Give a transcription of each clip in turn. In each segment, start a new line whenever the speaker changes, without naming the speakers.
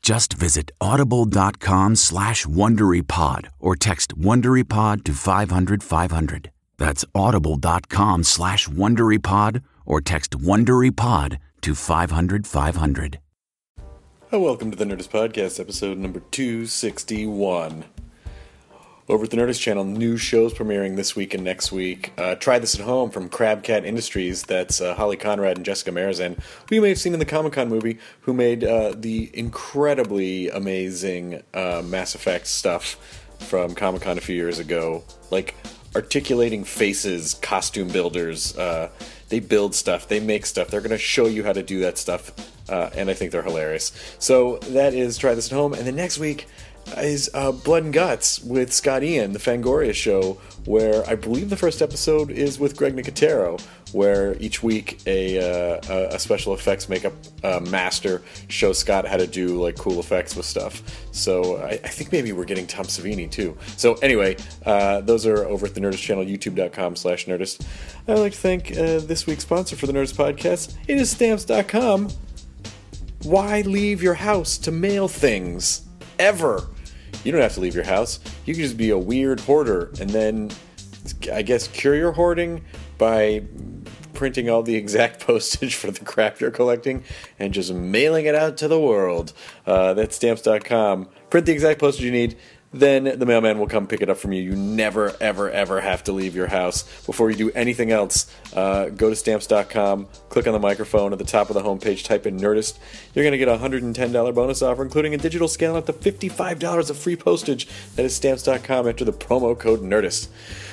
Just visit audible.com slash WonderyPod or text WonderyPod to 500 500. That's audible.com slash WonderyPod or text WonderyPod to 500 500.
Hi, welcome to the Nerdist Podcast, episode number 261. Over at the Nerdist channel, new shows premiering this week and next week. Uh, Try This at Home from Crab Cat Industries, that's uh, Holly Conrad and Jessica Marizan, who you may have seen in the Comic Con movie, who made uh, the incredibly amazing uh, Mass Effect stuff from Comic Con a few years ago. Like, articulating faces, costume builders. Uh, they build stuff, they make stuff, they're going to show you how to do that stuff, uh, and I think they're hilarious. So that is Try This at Home, and then next week is uh, Blood and Guts with Scott Ian, the Fangoria show, where I believe the first episode is with Greg Nicotero, where each week a, uh, a- a special effects makeup uh, master shows Scott how to do like cool effects with stuff. So I, I think maybe we're getting Tom Savini too. So anyway, uh, those are over at the Nerdist channel, youtube.com slash Nerdist. I'd like to thank uh, this week's sponsor for the Nerdist podcast. It is stamps.com. Why leave your house to mail things? Ever. You don't have to leave your house. You can just be a weird hoarder and then, I guess, cure your hoarding by printing all the exact postage for the crap you're collecting and just mailing it out to the world. Uh, that's stamps.com. Print the exact postage you need. Then the mailman will come pick it up from you. You never, ever, ever have to leave your house. Before you do anything else, uh, go to stamps.com, click on the microphone at the top of the homepage, type in Nerdist. You're going to get a $110 bonus offer, including a digital scale up to $55 of free postage. That is stamps.com. Enter the promo code Nerdist.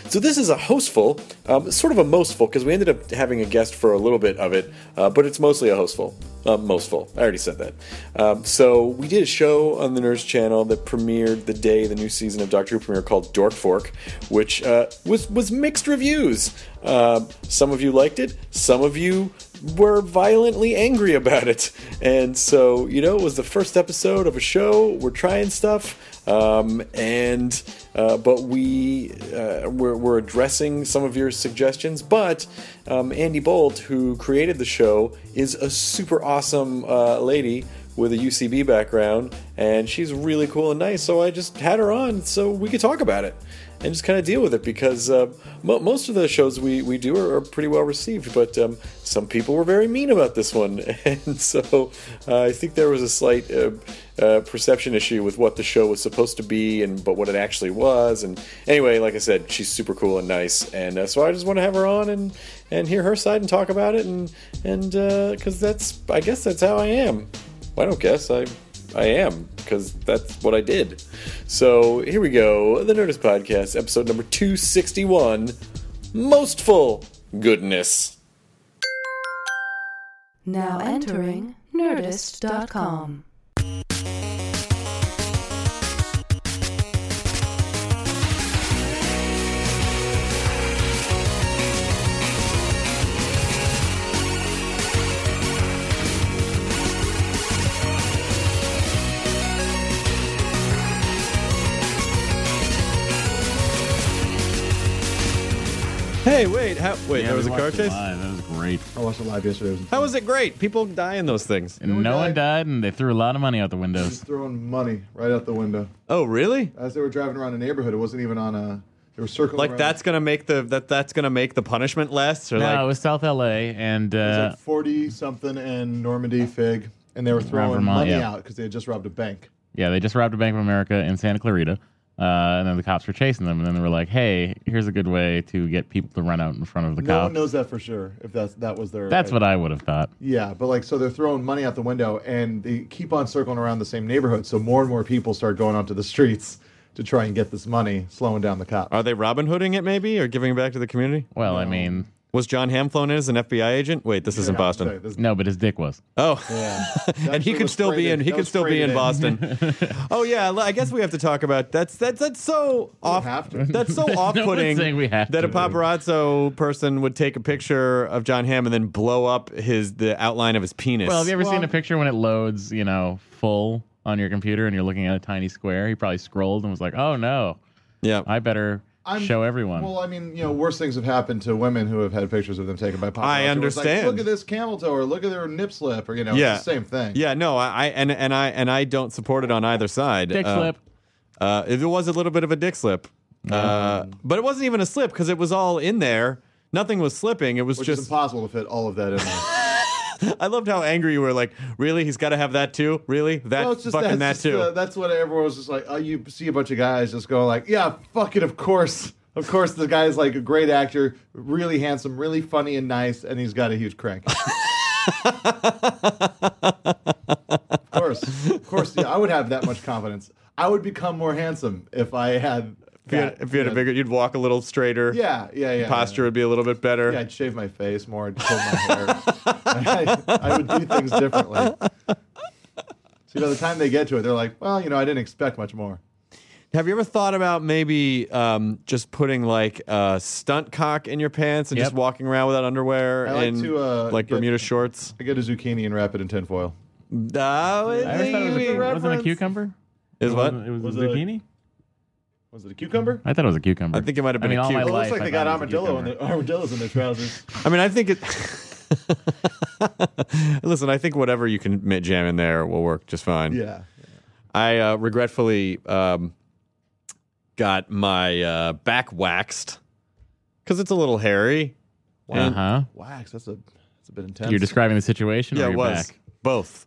So this is a hostful, um, sort of a mostful, because we ended up having a guest for a little bit of it, uh, but it's mostly a hostful. Uh, mostful. I already said that. Um, so we did a show on the Nerds Channel that premiered the day the new season of Doctor Who premiered called Dork Fork, which uh, was was mixed reviews. Uh, some of you liked it, some of you were violently angry about it. And so, you know, it was the first episode of a show. We're trying stuff. Um, and, uh, but we, uh, we're, we're addressing some of your suggestions. But um, Andy Bolt, who created the show, is a super awesome uh, lady with a UCB background. And she's really cool and nice. So I just had her on so we could talk about it and just kind of deal with it because uh, mo- most of the shows we, we do are, are pretty well received, but um, some people were very mean about this one. And so uh, I think there was a slight uh, uh, perception issue with what the show was supposed to be and but what it actually was. And anyway, like I said, she's super cool and nice. And uh, so I just want to have her on and, and hear her side and talk about it. And and because that's, I guess that's how I am. Well, I don't guess. I I am, because that's what I did. So here we go The Nerdist Podcast, episode number 261 Most Full Goodness.
Now entering Nerdist.com.
Hey, wait, how, wait,
Yeah,
that
we
was a car
watched it
chase?
live. That was
great.
I watched it live yesterday. It was
How was it great? People die in those things.
And no one died, and they threw a lot of money out the windows.
just throwing money right out the window
Oh, really?
as they were driving around the neighborhood. It wasn't even on a. They were circling
Like
around.
that's gonna make the that that's gonna make the punishment less, or
No, it
like
was South LA, and
It was
uh,
like forty something in Normandy Fig, and they were throwing
Vermont,
money
yeah.
out because they had just robbed a bank.
yeah, they just robbed a Bank of America in Santa Clarita. Uh, and then the cops were chasing them, and then they were like, "Hey, here's a good way to get people to run out in front of the
No
cops."
one knows that for sure. If that's that was their.
That's what I would have thought.
Yeah, but like, so they're throwing money out the window, and they keep on circling around the same neighborhood. So more and more people start going onto the streets to try and get this money, slowing down the cops.
are they Robin Hooding it maybe, or giving it back to the community?
Well, I mean,
Was John Hamm flown in as an FBI agent? Wait, this isn't
Say,
Boston.
this-
no, but his dick was.
Oh,
yeah.
and he could still be in. He could still be in Boston. oh yeah, I guess we have to talk about that's that's that's so off.
have to.
That's so off-putting
saying we have
that
to.
a paparazzo person would take a picture of John Hamm and then blow up his the outline of his penis.
Well, have you ever seen a picture when it loads, you know, full on your computer, and you're looking at a tiny square? He probably scrolled and was like, "Oh no,
yeah.
I better
I'm-
show everyone."
Well, I mean, you know, worse things have happened to women who have had pictures of them taken by paparazzi.
I
where it's like,
understand.
Look at this camel toe, or look at their nip slip, or you know,
yeah,
it's the same thing.
Yeah, no, I, I and and I and I don't support it on either side.
dick
Uh,
slip.
Uh, it was a little bit of a dick slip,
Uh-huh.
uh, but it wasn't even a slip because it was all in there. Nothing was slipping. It was
which
just.
is impossible to fit all of that in there.
I loved how angry you were. Like, really? He's got to have that too. Really? That
No, it's just
fucking that
that's just,
too.
uh, that's what everyone was just like. Oh, you see a bunch of guys just go like, "Yeah, fuck it, of course, of course." The guy's like a great actor, really handsome, really funny and nice, and he's got a huge crank. of course, of course, yeah, I would have that much confidence. I would become more handsome if I had.
if you had,
that,
if you had a
know.
bigger, you'd walk a little straighter.
yeah, yeah, yeah,
Posture would be a little bit better.
Yeah, I'd shave my face more. I'd comb my hair. I, I would do things differently. So by the time they get to it, they're like, "Well, you know, I didn't expect much more."
Have you ever thought about maybe um, just putting like a stunt cock in your pants and
Yep.
just walking around without underwear
I like
and
to, uh,
like
get-
Bermuda shorts?
I get a zucchini and wrap it in tinfoil.
Oh,
I always thought it was a, wasn't it a cucumber.
Is what?
It was,
Was
a
it a-
zucchini.
Was it a cucumber?
I thought it was a cucumber.
I think it might have
I
been
mean,
a
all my
cucumber.
Well, it
life,
looks like
I
they got
thought it was a
armadillo in
cucumber.
their, armadillos in their trousers.
I mean, I think it. Listen, I think whatever you can mi- jam in there will work just fine.
yeah.
I uh, regretfully um, got my uh, back waxed because it's a little hairy.
Uh
And-
huh.
Wax. That's a that's a bit intense.
You're describing the situation.
Yeah,
or
it
your
was
Back?
both.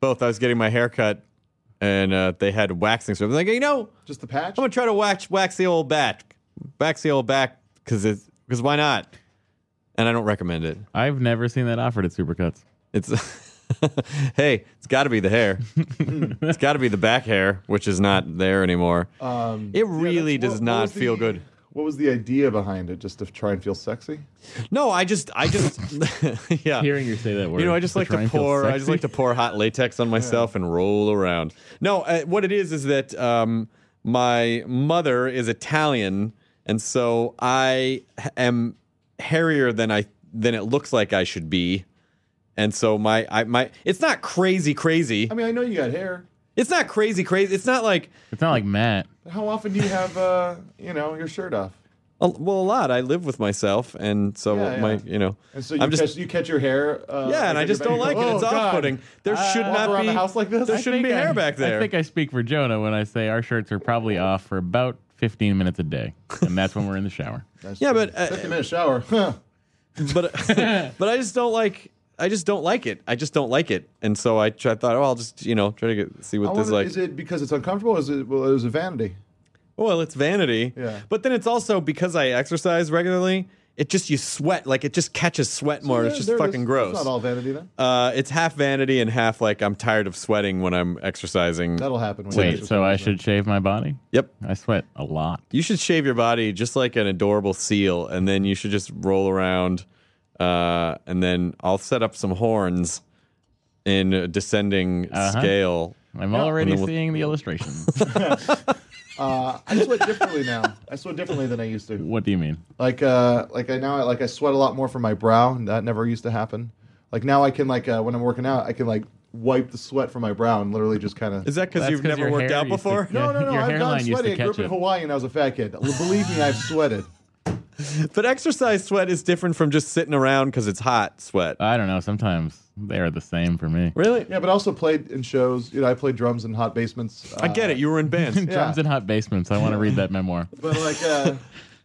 Both. I was getting my hair cut, and uh, they had waxing. So I was like, you know,
just the patch.
I'm gonna try to wax wax the old back, wax the old back, because because why not? And I don't recommend it.
I've never seen that offered at Supercuts.
It's hey, it's got to be the hair. it's got to be the back hair, which is not there anymore.
Um,
it
yeah, that's-
really
what-
does
what
not
was the-
feel good.
What was the idea behind it? Just to try and feel sexy?
No, I just, I just, yeah.
Hearing you say that word,
you know, I just like
try
to
and feel
pour. I just
sexy.
like to pour hot latex on myself and roll around. No, uh, what it is is that um, my mother is Italian, and so I h- am hairier than I than it looks like I should be, and so my I, my it's not crazy crazy.
I mean, I know you got hair.
It's not crazy, crazy. It's not like
It's not like Matt.
But how often do you have uh, you know, your shirt off?
a- well, a lot. I live with myself, and so
Yeah, yeah.
my, you know,
And so you
I'm
catch
just
you catch your hair. Uh,
yeah, and I
your
just
back
don't
and
like
go,
it. It's
"Oh, God."
off-putting. There
I
should
walk
not
around
be
the house like this.
There
I
shouldn't be
think
hair
I-
back there.
I think I speak for Jonah when I say our shirts are probably off for about 15 minutes a day, and that's when we're in the shower.
yeah, but uh,
50 minute shower. Huh.
but but I just don't like. I just don't like it. I just don't like it, and so I, tr- I thought, oh, I'll just you know try to get, see
I
what this
wonder,
like.
is it because it's uncomfortable? Is it well, it was a vanity?
well, it's vanity.
Yeah.
But then it's also because I exercise regularly. It just you sweat like it just catches sweat more.
There-
it's just
there it is.
fucking gross.
It's not all vanity then.
uh, it's half vanity and half like I'm tired of sweating when I'm exercising.
That'll happen. When you
Wait,
exercise,
so I
man.
should shave my body?
yep.
I sweat a lot.
You should shave your body just like an adorable seal, and then you should just roll around. Uh, and then I'll set up some horns in a descending
Uh-huh.
scale.
I'm
And
already
then we'll-
seeing the illustrations.
Uh, I sweat differently now. I sweat differently than I used to.
what do you mean?
Like, uh, like I now, like I sweat a lot more from my brow. and That never used to happen. Like now, I can like uh, when I'm working out, I can like wipe the sweat from my brow and literally just kind of.
Is that because
That's
you've
'cause
never
your
worked
hair
out
used to-
before?
Yeah.
no, no, no?
Your
I've
hairline
gone
used to
sweaty. I grew
catch
up in
it.
Hawaii and I was a fat kid. Believe me, I've sweated.
But exercise sweat is different from just sitting around because it's hot sweat.
I don't know. Sometimes they are the same for me.
Really?
Yeah, but also played in shows. You know, I played drums in hot basements. uh,
I get it. You were in bands.
Drums in hot basements. I want to read that memoir.
But like, uh,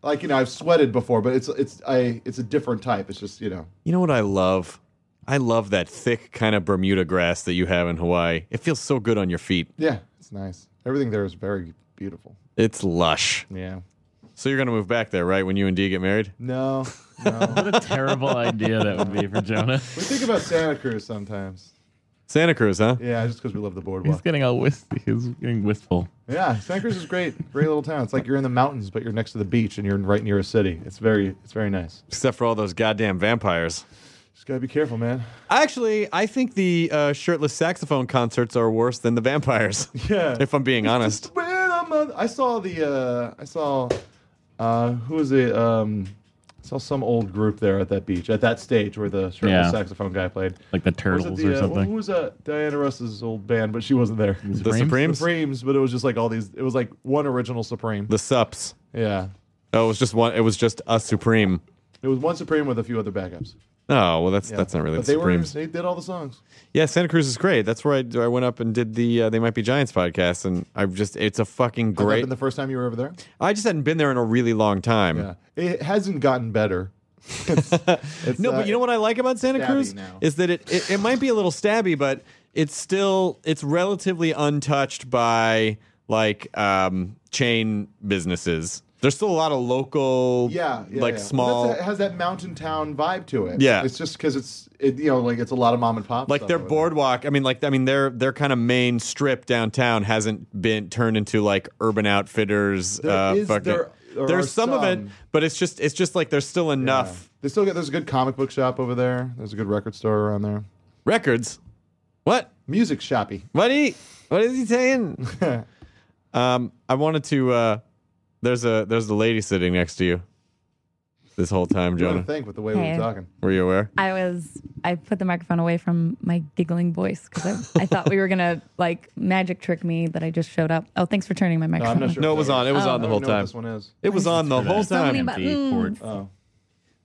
like you know, I've sweated before, but it's it's I it's a different type. It's just you know,
You know what I love? I love that thick kind of Bermuda grass that you have in Hawaii. It feels so good on your feet.
yeah, it's nice. Everything there is very beautiful.
It's lush.
Yeah.
So you're gonna move back there, right? When you and Dee get married?
No, no.
What a terrible idea that would be for Jonah.
we think about Santa Cruz sometimes.
Santa Cruz, huh?
Yeah, just because we love the boardwalk.
He's getting all wist- he's getting wistful.
Yeah, Santa Cruz is great. Great little town. It's like you're in the mountains, but you're next to the beach and you're right near a city. It's very, it's very nice.
Except for all those goddamn vampires.
Just gotta be careful, man.
Actually, I think the uh, shirtless saxophone concerts are worse than the vampires.
Yeah.
If I'm being honest.
When I'm a- I saw the, uh, I saw, uh, who was it? Um, I saw some old group there at that beach, at that stage where the shirtless
Yeah.
saxophone guy played.
Like the
Was it
turtles
the,
or
uh,
something.
Who was that? Diana Russ's old band, but she wasn't there.
The Supremes?
Supremes, but it was just like all these. It was like one original Supreme.
The Sups.
Yeah,
Oh, it was just one it was just us Supreme.
it was one Supreme with a few other backups.
Oh, well that's
Yeah.
that's not really
But
the
they were.
Supremes.
They did all the songs.
Yeah, Santa Cruz is great. That's where I, I went up and did the uh, They Might Be Giants podcast, and I've just it's a fucking
Might have
great.
been the first time you were over there.
I just hadn't been there in a really long time.
Yeah, it hasn't gotten better. uh,
No, but you know what I like about Santa
stabby
Cruz
now.
is that it, it it might be a little stabby, but it's still it's relatively untouched by like um, chain businesses. There's still a lot of local,
Yeah, yeah
like
yeah.
small.
Well, that's- it has that mountain town vibe to it.
Yeah.
it's just because it's it, you know like it's a lot of mom and pop.
like
stuff
their
over
boardwalk i mean like i mean their their kind of main strip downtown hasn't been turned into like urban outfitters
There
uh
is-
fucking
there- there
there's
are
some, of it
some.
but it's just it's just like there's still
there.
enough
They still get there's a good comic book shop over there. There's a good record store around there.
records what
Music shoppy.
what he what is he saying um i wanted to uh there's a there's the lady sitting next to you this whole time
You want
jonah
to think with the way we
Hey.
were talking.
were you aware
I was I put the microphone away from my giggling voice because I, I thought we were gonna like magic trick me that I just showed up. Oh, thanks for turning my
No,
microphone.
I'm not
off.
sure.
no it
if
was
I-
on it was
Oh.
on the
I
whole
don't know what
time
This one is.
it was on the whole
So many
time
Empty cord.
Oh,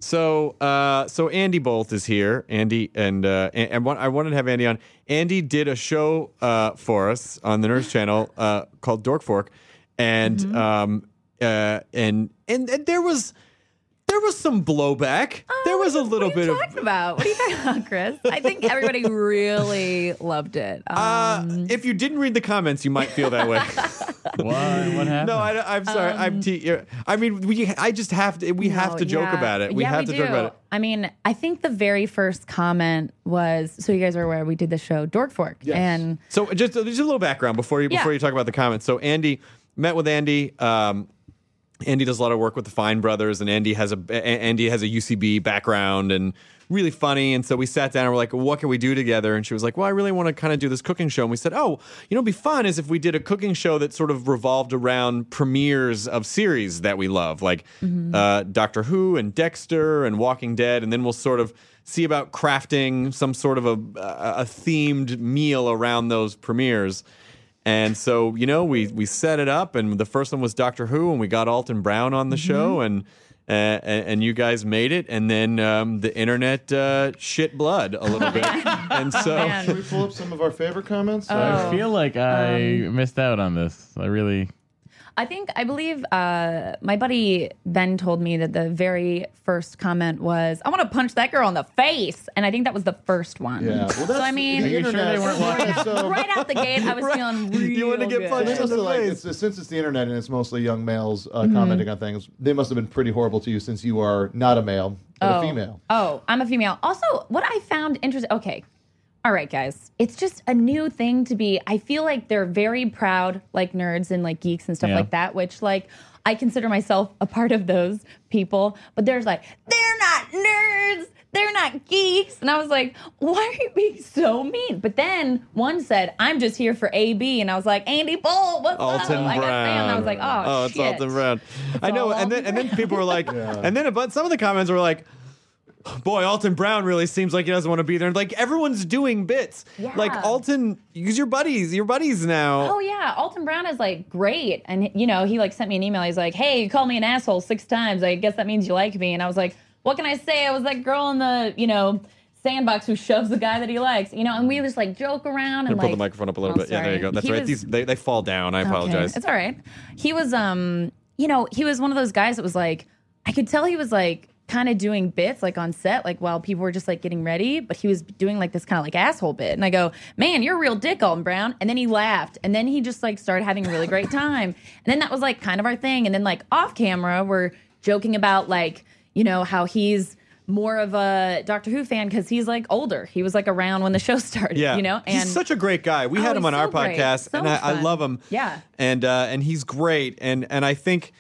So, uh, so Andy Bolt is here. Andy and uh, and, and one, I wanted to have Andy on. Andy did a show uh, for us on the Nurse Channel uh, called Dork Fork, and
Mm-hmm.
um, uh, and, and and there was there was some blowback. there was a little
Oh, what are
bit
you
of.
talking about? What are you talking about, Chris? I think everybody really loved it. Um,
Uh, if you didn't read the comments, you might feel that way.
What? What happened?
no, I, am sorry. I'm. Te- I mean, we. I just have to. We have
Um, No,
to joke
yeah.
about it. We
Yeah,
have to joke
do.
about it.
I mean, I think the very first comment was so you guys are aware we did the show Dork Fork.
Yes.
And
So just, just a little background before you
Yeah.
before you talk about the comments. So Andy met with Andy. Um, Andy does a lot of work with the Fine Brothers, and Andy has a a- Andy has a UCB background and really funny. And so we sat down and we're like, "What can we do together?" And she was like, "Well, I really want to kind of do this cooking show." And we said, "Oh, you know, it'd be fun is if we did a cooking show that sort of revolved around premieres of series that we love, like uh, Doctor Who and Dexter and Walking Dead, and then we'll sort of." See about crafting some sort of a, a, a themed meal around those premieres. And so, you know, we we set it up, and the first one was Doctor Who, and we got Alton Brown on the
Mm-hmm.
show, and uh, and and you guys made it, and then um, the internet uh, shit blood a little bit, and so
should we pull up some of our favorite
Oh.
comments?
I feel like I missed out on this. I really.
I think I believe uh, my buddy Ben told me that the very first comment was, "I want to punch that girl in the face," and I think that was the first one.
Yeah. Well, that's
so I mean,
the
you sure
internet.
they weren't
Right, so-
right out the gate, I was feeling real
You wanted to get
good.
punched
They
in
must have, like, it's, since it's the internet and it's mostly young males uh,
Mm-hmm.
commenting on things, they must have been pretty horrible to you since you are not a male, but a female.
Oh, I'm a female. Also, what I found interesting. Okay. All right, guys. It's just a new thing to be. I feel like they're very proud, like nerds and like geeks and stuff
Yeah.
like that, which, like, I consider myself a part of those people. But there's like, they're not nerds. They're not geeks. And I was like, why are you being so mean? But then one said, I'm just here for AB. And I was like, Andy Bolt, what's up?
Alton
Like, I, and I was like,
Brown.
oh,
it's
shit.
Alton Brown. I know,
all
and then
Alton
and then
Brown.
people were like, and then but some of the comments were like, boy, Alton Brown really seems like he doesn't want to be there. And like everyone's doing bits.
Yeah.
Like Alton, because your buddies, your buddies now.
Oh yeah, Alton Brown is like great, and you know he like sent me an email. He's like, "Hey, you called me an asshole six times. I guess that means you like me." And I was like, "What can I say? I was that girl in the you know sandbox who shoves the guy that he likes, you know." And we just like joke around and
Pull
like
the microphone up a little
Oh,
bit. Yeah, there you
sorry.
go. That's
He
right.
was-
These they, they fall down. I
Okay,
apologize.
It's all right. He was um, you know, he was one of those guys that was like, I could tell he was like kind of doing bits like on set, like while people were just like getting ready, but he was doing like this kind of like asshole bit. And I go, Man, you're a real dick, Alton Brown. And then he laughed. And then he just like started having a really great time. And then that was like kind of our thing. And then like off camera, we're joking about like, you know, how he's more of a Doctor Who fan because he's like older. He was like around when the show started,
Yeah,
you know?
he's such a great guy. We
Oh,
had him
he's
on our
so great.
podcast,
So
and I,
much
I
fun.
love him.
Yeah.
and uh, and he's great. And and I think,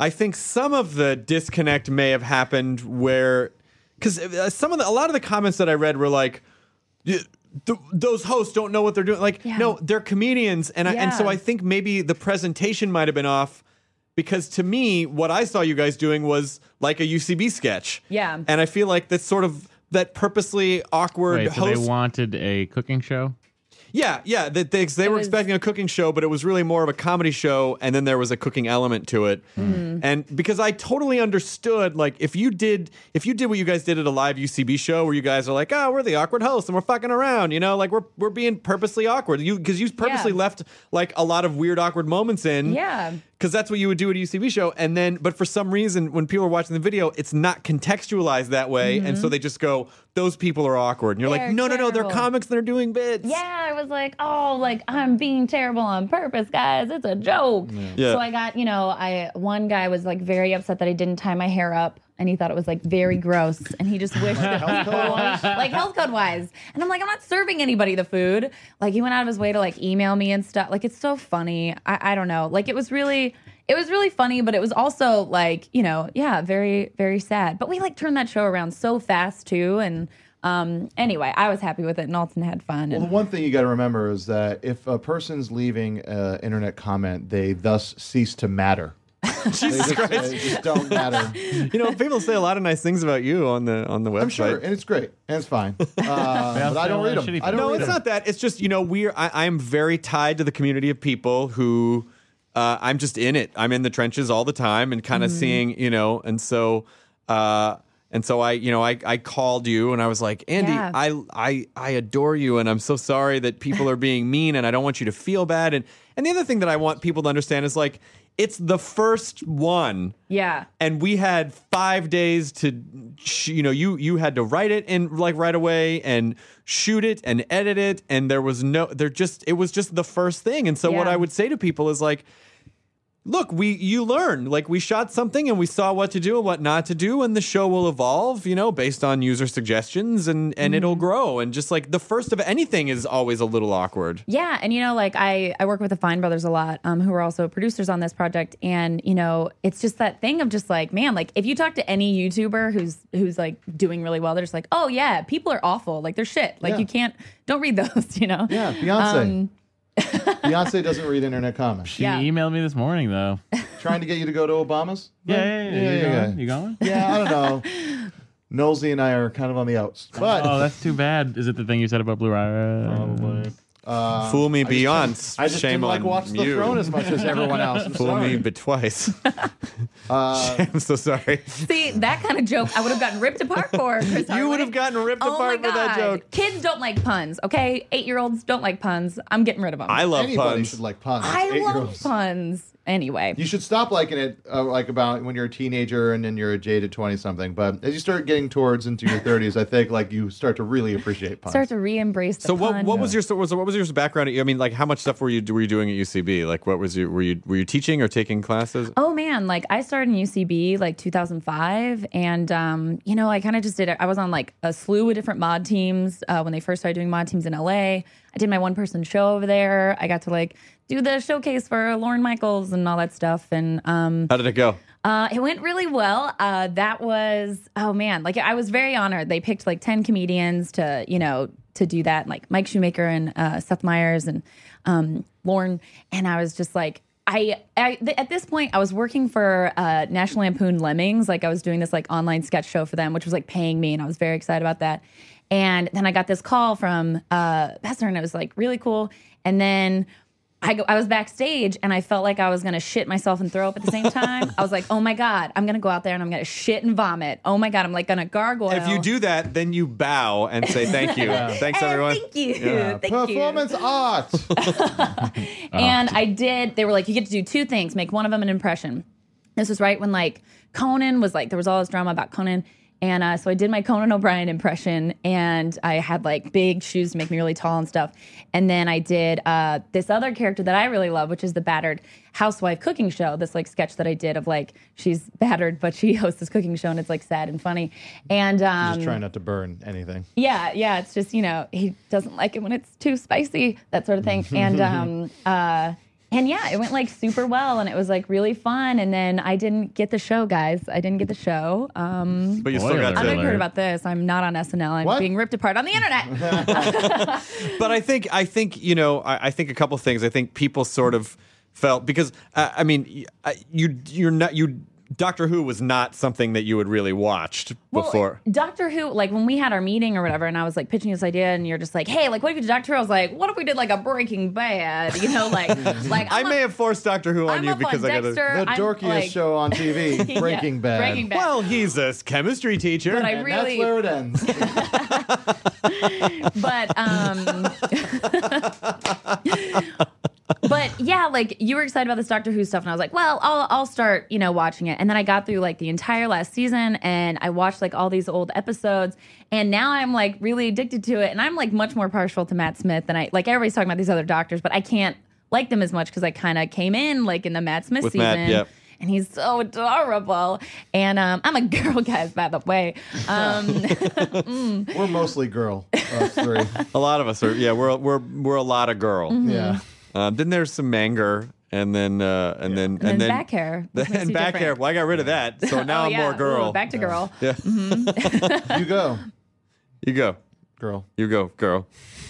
I think some of the disconnect may have happened where, because uh, some of the a lot of the comments that I read were like. "Y- th- those hosts don't know what they're doing. Like,
Yeah.
no, they're comedians, and I, and so
Yeah.
I think maybe the presentation might have been off, because to me, what I saw you guys doing was like a UCB sketch.
Yeah.
and I feel like that's sort of that purposely awkward
Wait, so
host.
they wanted a cooking show?
Yeah, yeah. That they, they were
was-
expecting a cooking show, but it was really more of a comedy show, and then there was a cooking element to it.
Hmm.
And because I totally understood, like if you did, if you did what you guys did at a live UCB show, where you guys are like, oh, we're the awkward hosts and we're fucking around, you know, like we're we're being purposely awkward. You because you purposely left like a lot of weird awkward moments in.
Yeah.
Because that's what you would do at a UCB show. And then, but for some reason, when people are watching the video, it's not contextualized that way. And so they just go, those people are awkward. And you're like,
Mm-hmm. They're
no, no, no, they're
terrible."
comics and they're doing bits.
Yeah, I was like, oh, like I'm being terrible on purpose, guys. It's a joke.
Yeah.
So I got, you know, I one guy was like very upset that I didn't tie my hair up. And he thought it was like very gross, and he just wished that people like health code wise. And I'm like, I'm not serving anybody the food. Like he went out of his way to like email me and stuff. Like it's so funny. I, I don't know. Like it was really, it was really funny, but it was also like you know, yeah, very very sad. But we like turned that show around so fast too. And um, anyway, I was happy with it, and Alton had fun.
Well,
and-
the one thing you got to remember is that if a person's leaving an internet comment, they thus cease to matter. Jesus they just, Christ. They just don't matter.
You know, people say a lot of nice things about you on the on the website.
I'm sure, and it's great, and it's fine. Uh, but I don't
they're
read
really shitty
them. I don't
No,
read
it's
them.
not that. It's just you know we're. I, I'm very tied to the community of people who. Uh, I'm just in it. I'm in the trenches all the time and
Mm-hmm.
kind of seeing you know, and so. Uh, and so I, you know, I, I called you and I was like, Andy,
Yeah.
I, I, I adore you, and I'm so sorry that people are being mean, and I don't want you to feel bad. And and the other thing that I want people to understand is like, it's the first one.
Yeah.
and we had five days to sh- you know you you had to write it in like right away and shoot it and edit it and there was no there just it was just the first thing and so what
Yeah.
i would say to people is like look we you learn like we shot something and we saw what to do and what not to do and the show will evolve you know based on user suggestions and and it'll grow and just like the first of anything is always a little awkward
Yeah, and you know, like I I work with the Fine Brothers a lot, um, who are also producers on this project, and you know, it's just that thing of just like, man, like if you talk to any YouTuber who's who's like doing really well, they're just like, oh yeah, people are awful, like they're shit, like
Yeah.
you can't, don't read those, you know.
Yeah, Beyonce. Beyonce doesn't read internet comments.
She
Yeah.
emailed me this morning though. yeah,
Trying to get you to go to Obama's?
yeah, yeah.
Yeah,
you,
yeah,
going?
yeah.
you going?
Yeah, I don't know. Nosy and I are kind of on the outs, but
Oh, that's too bad. Is it the thing you said about Blue Ira? Probably.
fool me beyond
Uh, I just
shame
didn't like
on
watch
you
the throne as much as everyone else. I'm
fool me
sorry.
but twice i'm so sorry
See that kind of joke, I would have gotten ripped apart for. Chris
You would
Hardwick.
have gotten ripped
Oh
apart
my
for
God.
that joke.
Kids don't like puns, okay? Eight year olds don't like puns. I'm getting rid of them.
I love
Anybody
puns.
should like puns.
I love
Eight-year-olds.
puns. Anyway,
You should stop liking it, uh, like about when you're a teenager and then you're a jaded twenty something. But as you start getting towards into your thirties, I think like you start to really appreciate puns.
start to re embrace the
so what,
pun.
what was your so what was your background? At, I mean, like how much stuff were you were you doing at UCB? Like what was you were you were you teaching or taking classes?
Oh man, like I started in UCB like 2005, and um, you know I kind of just did. it. I was on like a slew of different mod teams uh, when they first started doing mod teams in LA. I did my one person show over there. I got to like do the showcase for Lauren Michaels and all that stuff, and um,
How did it go?
uh, it went really well. Uh, that was oh man, like I was very honored. They picked like ten comedians to you know to do that, like Mike Shoemaker and uh, Seth Meyers and um, Lorne, and I was just like. I, I th- at this point I was working for uh, National Lampoon Lemmings, like I was doing this like online sketch show for them, which was like paying me, and I was very excited about that. And then I got this call from uh, Besser, and it was like really cool. And then I go, I was backstage, and I felt like I was gonna shit myself and throw up at the same time. I was like, oh my god, I'm gonna go out there and I'm gonna shit and vomit. Oh my god, I'm like gonna gargoyle.
If you do that, then you bow and say thank you. Thanks,
Hey,
everyone.
Thank you. Thank you.
Performance art.
And I did, they were like, you get to do two things, make one of them an impression. This was right when like Conan was like, there was all this drama about Conan. And uh, so I did my Conan O'Brien impression, and I had like big shoes to make me really tall and stuff. And then I did uh, this other character that I really love, which is the battered housewife cooking show. This like sketch that I did of like she's battered, but she hosts this cooking show, and it's like sad and funny. And um,
Just try not to burn anything.
yeah, yeah. It's just you know he doesn't like it when it's too spicy, that sort of thing. And um, uh, and yeah, it went like super well, and it was like really fun. And then I didn't get the show, guys. I didn't get the show. Um,
But you still got
Spoiler
I
to
don't know if you
alert.
heard about this. I'm not on SNL. I'm
What?
being ripped apart on the internet.
but I think I think you know I, I think a couple things. I think people sort of felt because uh, I mean y- I- you you're not you Doctor Who was not something that you had really watched before.
Well, Doctor Who, like when we had our meeting or whatever, and I was like pitching this idea, and you're just like, "Hey, like what if you did Doctor Who?" I was like, "What if we did like a Breaking Bad?" You know, like like
I
I'm
may
up-
have forced Doctor Who on
I'm
you
up on
because I got
Dexter.
to.
The
I'm,
dorkiest
like-
show on TV,
Yeah,
Breaking Bad.
Breaking Bad.
Well, he's a chemistry teacher.
But I
And
really-
that's where it ends.
but um but yeah like you were excited about this doctor who stuff and i was like well i'll i'll start you know watching it and then i got through like the entire last season and i watched like all these old episodes and now i'm like really addicted to it and i'm like much more partial to matt smith than i like everybody's talking about these other doctors but i can't like them as much because i kind of came in like in the matt smith
With
season
Matt, yep.
and he's so adorable and um, i'm a girl guys by the way um,
We're mostly girl. Us three.
a lot of us are. Yeah, we're we're we're a lot of girl.
Mm-hmm.
Yeah.
Um, then there's some manger, and then uh, and then and,
then back hair, which makes
and
you
back hair.
different.
Well, I got rid of that, so now
oh,
I'm
yeah.
more girl.
Ooh, back to girl
You go,
you go,
girl.
you go, girl.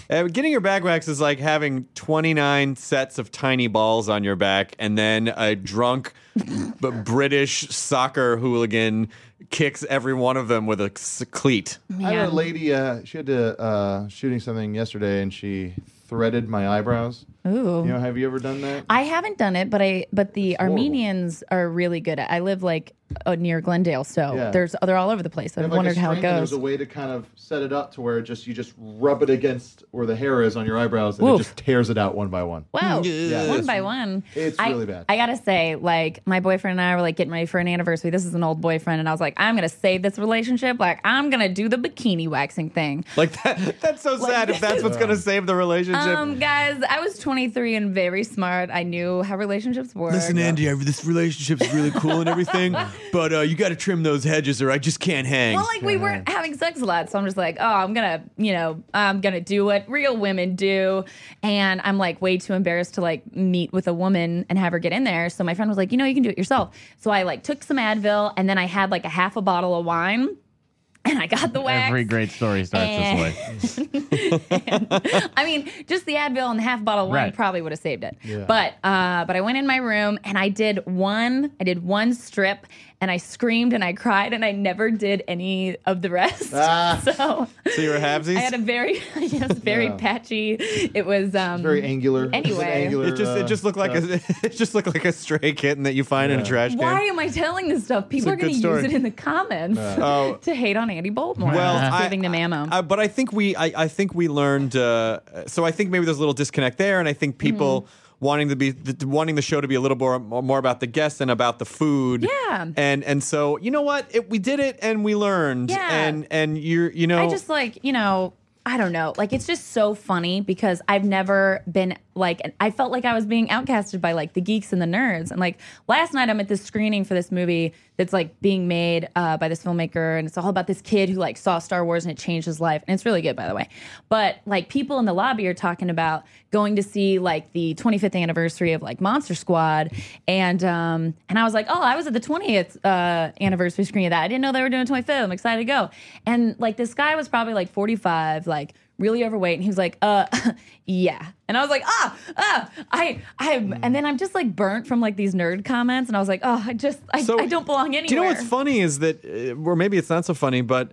Uh, getting your back waxed is like having 29 sets of tiny balls on your back, and then a drunk b- British soccer hooligan kicks every one of them with a s- cleat.
I had a lady. Uh, she had to uh, shooting something yesterday, and she threaded my eyebrows.
Ooh.
You know, have you ever done that?
I haven't done it, but I but the Armenians are really good at. I live like uh, near Glendale, so
Yeah.
there's they're all over the place. I've
They have, like, a
wondered how it
string, and There's
goes.
a way to kind of set it up to where it just you just rub it against where the hair is on your eyebrows, and it
Woof.
just tears it out one by one.
Wow,
Yeah.
one by one.
It's
I,
really bad.
I gotta say, like my boyfriend and I were like getting ready for an anniversary. This is an old boyfriend, and I was like, I'm gonna save this relationship. Like I'm gonna do the bikini waxing thing.
Like that. That's so sad. If that's what's going to save the relationship.
Um, guys, I was 23 and very smart. I knew how relationships work.
Andy, I, this relationship's really cool and everything, but uh, you got to trim those hedges, or I just can't hang.
Well, like we weren't having sex a lot, so I'm just like, oh, I'm gonna, you know, I'm gonna do what real women do, and I'm like way too embarrassed to like meet with a woman and have her get in there. So my friend was like, you know, you can do it yourself. So I like took some Advil, and then I had like a half a bottle of wine, and I got the wax. Eh.
Every great story starts
And-
this way.
I mean, just the Advil and the half bottle of wine
Right.
probably would have saved it. But uh, but I went in my room and I did one. I did one strip, and I screamed and I cried, and I never did any of the rest.
Ah.
So
so you were halvesies.
I had a very yes, very patchy. It was um
Very angular. It's an
Anyway.
angular,
it just it
uh,
just looked like a it just looked like a stray kitten that you find in a trash can.
Why am I telling this stuff? People
a
are going
good
to
story.
use it in the comments
Oh.
to hate on Andy Baltimore.
Well,
Well,
I-
giving them ammo.
I, Uh, but I think we, I, I think we learned. Uh, so I think maybe there's a little disconnect there, and I think people
Mm-hmm.
wanting to be th- wanting the show to be a little more more about the guests and about the food.
Yeah.
And and so you know what, it, we did it, and we learned.
Yeah.
And and you're you know
I just like, you know, I don't know. Like it's just so funny because I've never been like an- I felt like I was being outcasted by like the geeks and the nerds. And like last night I'm at this screening for this movie that's like being made uh, by this filmmaker and it's all about this kid who like saw Star Wars and it changed his life. And it's really good by the way. But like people in the lobby are talking about going to see like the 25th anniversary of like Monster Squad and um and I was like, "Oh, I was at the 20th uh anniversary screening of that. I didn't know they were doing 25th. I'm excited to go." And like this guy was probably like 45 like really overweight. And he was like, uh, yeah. And I was like, ah, ah, I, I,
Mm.
and then I'm just like burnt from like these nerd comments. And I was like, oh, I just, I, I don't belong anywhere.
Do you know what's funny is that, uh, or maybe it's not so funny, but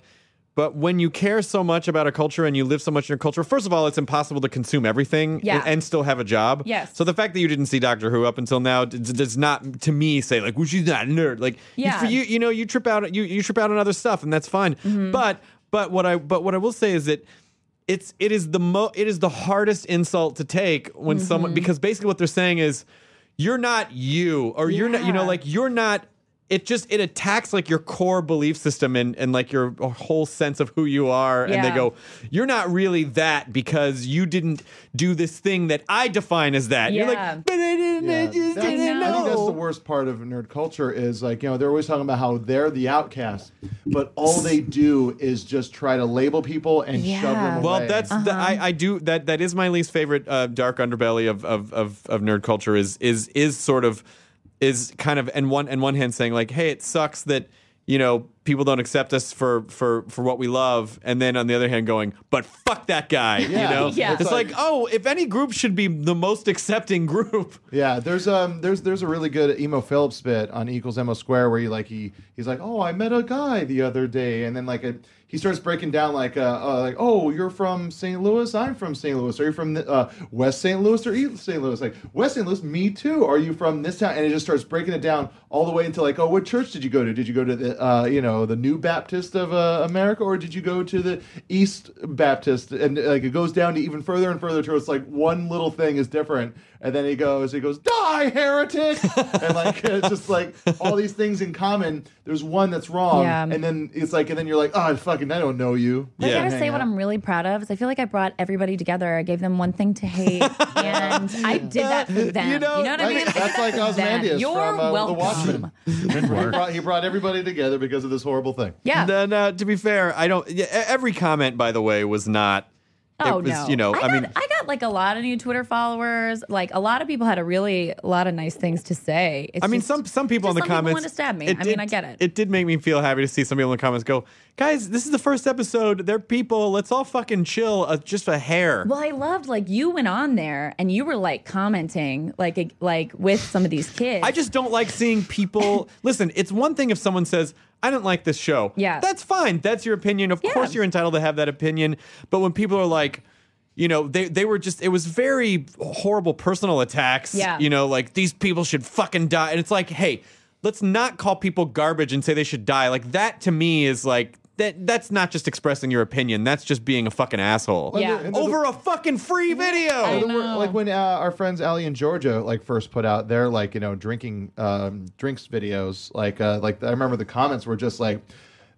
but when you care so much about a culture and you live so much in your culture, first of all, it's impossible to consume everything
Yeah.
and, and still have a job.
Yes.
So the fact that you didn't see Doctor Who up until now d- d- does not, to me, say like, well, she's not a nerd. Like, you-
Yeah.
for you, you know, you trip out, you you trip out on other stuff, and that's fine.
Mm-hmm.
But but what I but what I will say is that. It's it is the mo it is the hardest insult to take when someone
Mm-hmm.
because basically what they're saying is you're not you or you're not you know
Yeah.
like you're not it just it attacks like your core belief system and and like your whole sense of who you are and they
Yeah.
go you're not really that because you didn't do this thing that i define as that you're
Yeah.
like but i didn't i
Yeah,
just
that's-
didn't
know.
I think that's the
know
worst part of nerd culture is like, you know, they're always talking about how they're the outcast, but all they do is just try to label people and shove
Yeah.
them away.
well, that's the,
Uh-huh.
I, I do that. That is my least favorite uh, dark underbelly of, of of of nerd culture. Is is is sort of is kind of and one and one hand saying like, hey, it sucks that you know people don't accept us for for for what we love, and then on the other hand going, but fuck that guy,
Yeah.
you know.
Yeah.
It's like, oh, if any group should be the most accepting group,
Yeah, there's um there's there's a really good emo Phillips bit on E equals mo square where he like he he's like oh I met a guy the other day and then like a, he starts breaking down like uh, uh like oh you're from St Louis I'm from St Louis are you from uh, West St Louis or East St Louis like West St Louis me too are you from this town and it just starts breaking it down all the way into like oh what church did you go to did you go to the uh you know the New Baptist of uh, America or did you go to the East Baptist and like it goes down to even further and further to it's like one little thing is different and then he goes, he goes, die, heretic. and like, it's just like all these things in common. There's one that's wrong.
Yeah.
And then it's like, and then you're like, oh, fucking, I don't know you.
But
Yeah.
I gotta say, what I'm really proud of is I feel like I brought everybody together. I gave them one thing to hate, and I did that for them.
You
You
know,
know, what I mean?
Like, that's like
Them.
Ozymandias
You're
from uh, The
welcome.
Watchmen. he, brought, he brought everybody together because of this horrible thing.
Yeah.
No, no. uh, To be fair, I don't. yeah, e- Every comment, by the way, was not.
oh
it was,
no.
You know, I,
got,
mean,
I got like a lot of new Twitter followers. Like a lot of people had a really a lot of nice things to say. It's
I mean,
just-
some some people
just
in the
some
comments
want to stab me.
it
I
did-
mean, I get it.
It did make me feel happy to see some people in the comments go, guys, this is the first episode. They're people. Let's all fucking chill. Uh, just a hair.
Well, I loved like you went on there and you were like commenting like like with some of these kids.
I just don't like seeing people. Listen, it's one thing if someone says, I don't like this show.
Yeah.
That's fine. That's your opinion. Of
Yeah.
course, you're entitled to have that opinion. But when people are like, you know, they, they were just, it was very horrible personal attacks.
Yeah.
You know, like these people should fucking die. And it's like, hey, let's not call people garbage and say they should die. Like that to me is like, that, that's not just expressing your opinion. That's just being a fucking asshole.
Yeah.
And the-
Over a fucking free video.
I
Well, the wor-
know.
like when uh, our friends Ali and Georgia like first put out their like you know drinking um, drinks videos, like uh, like I remember the comments were just like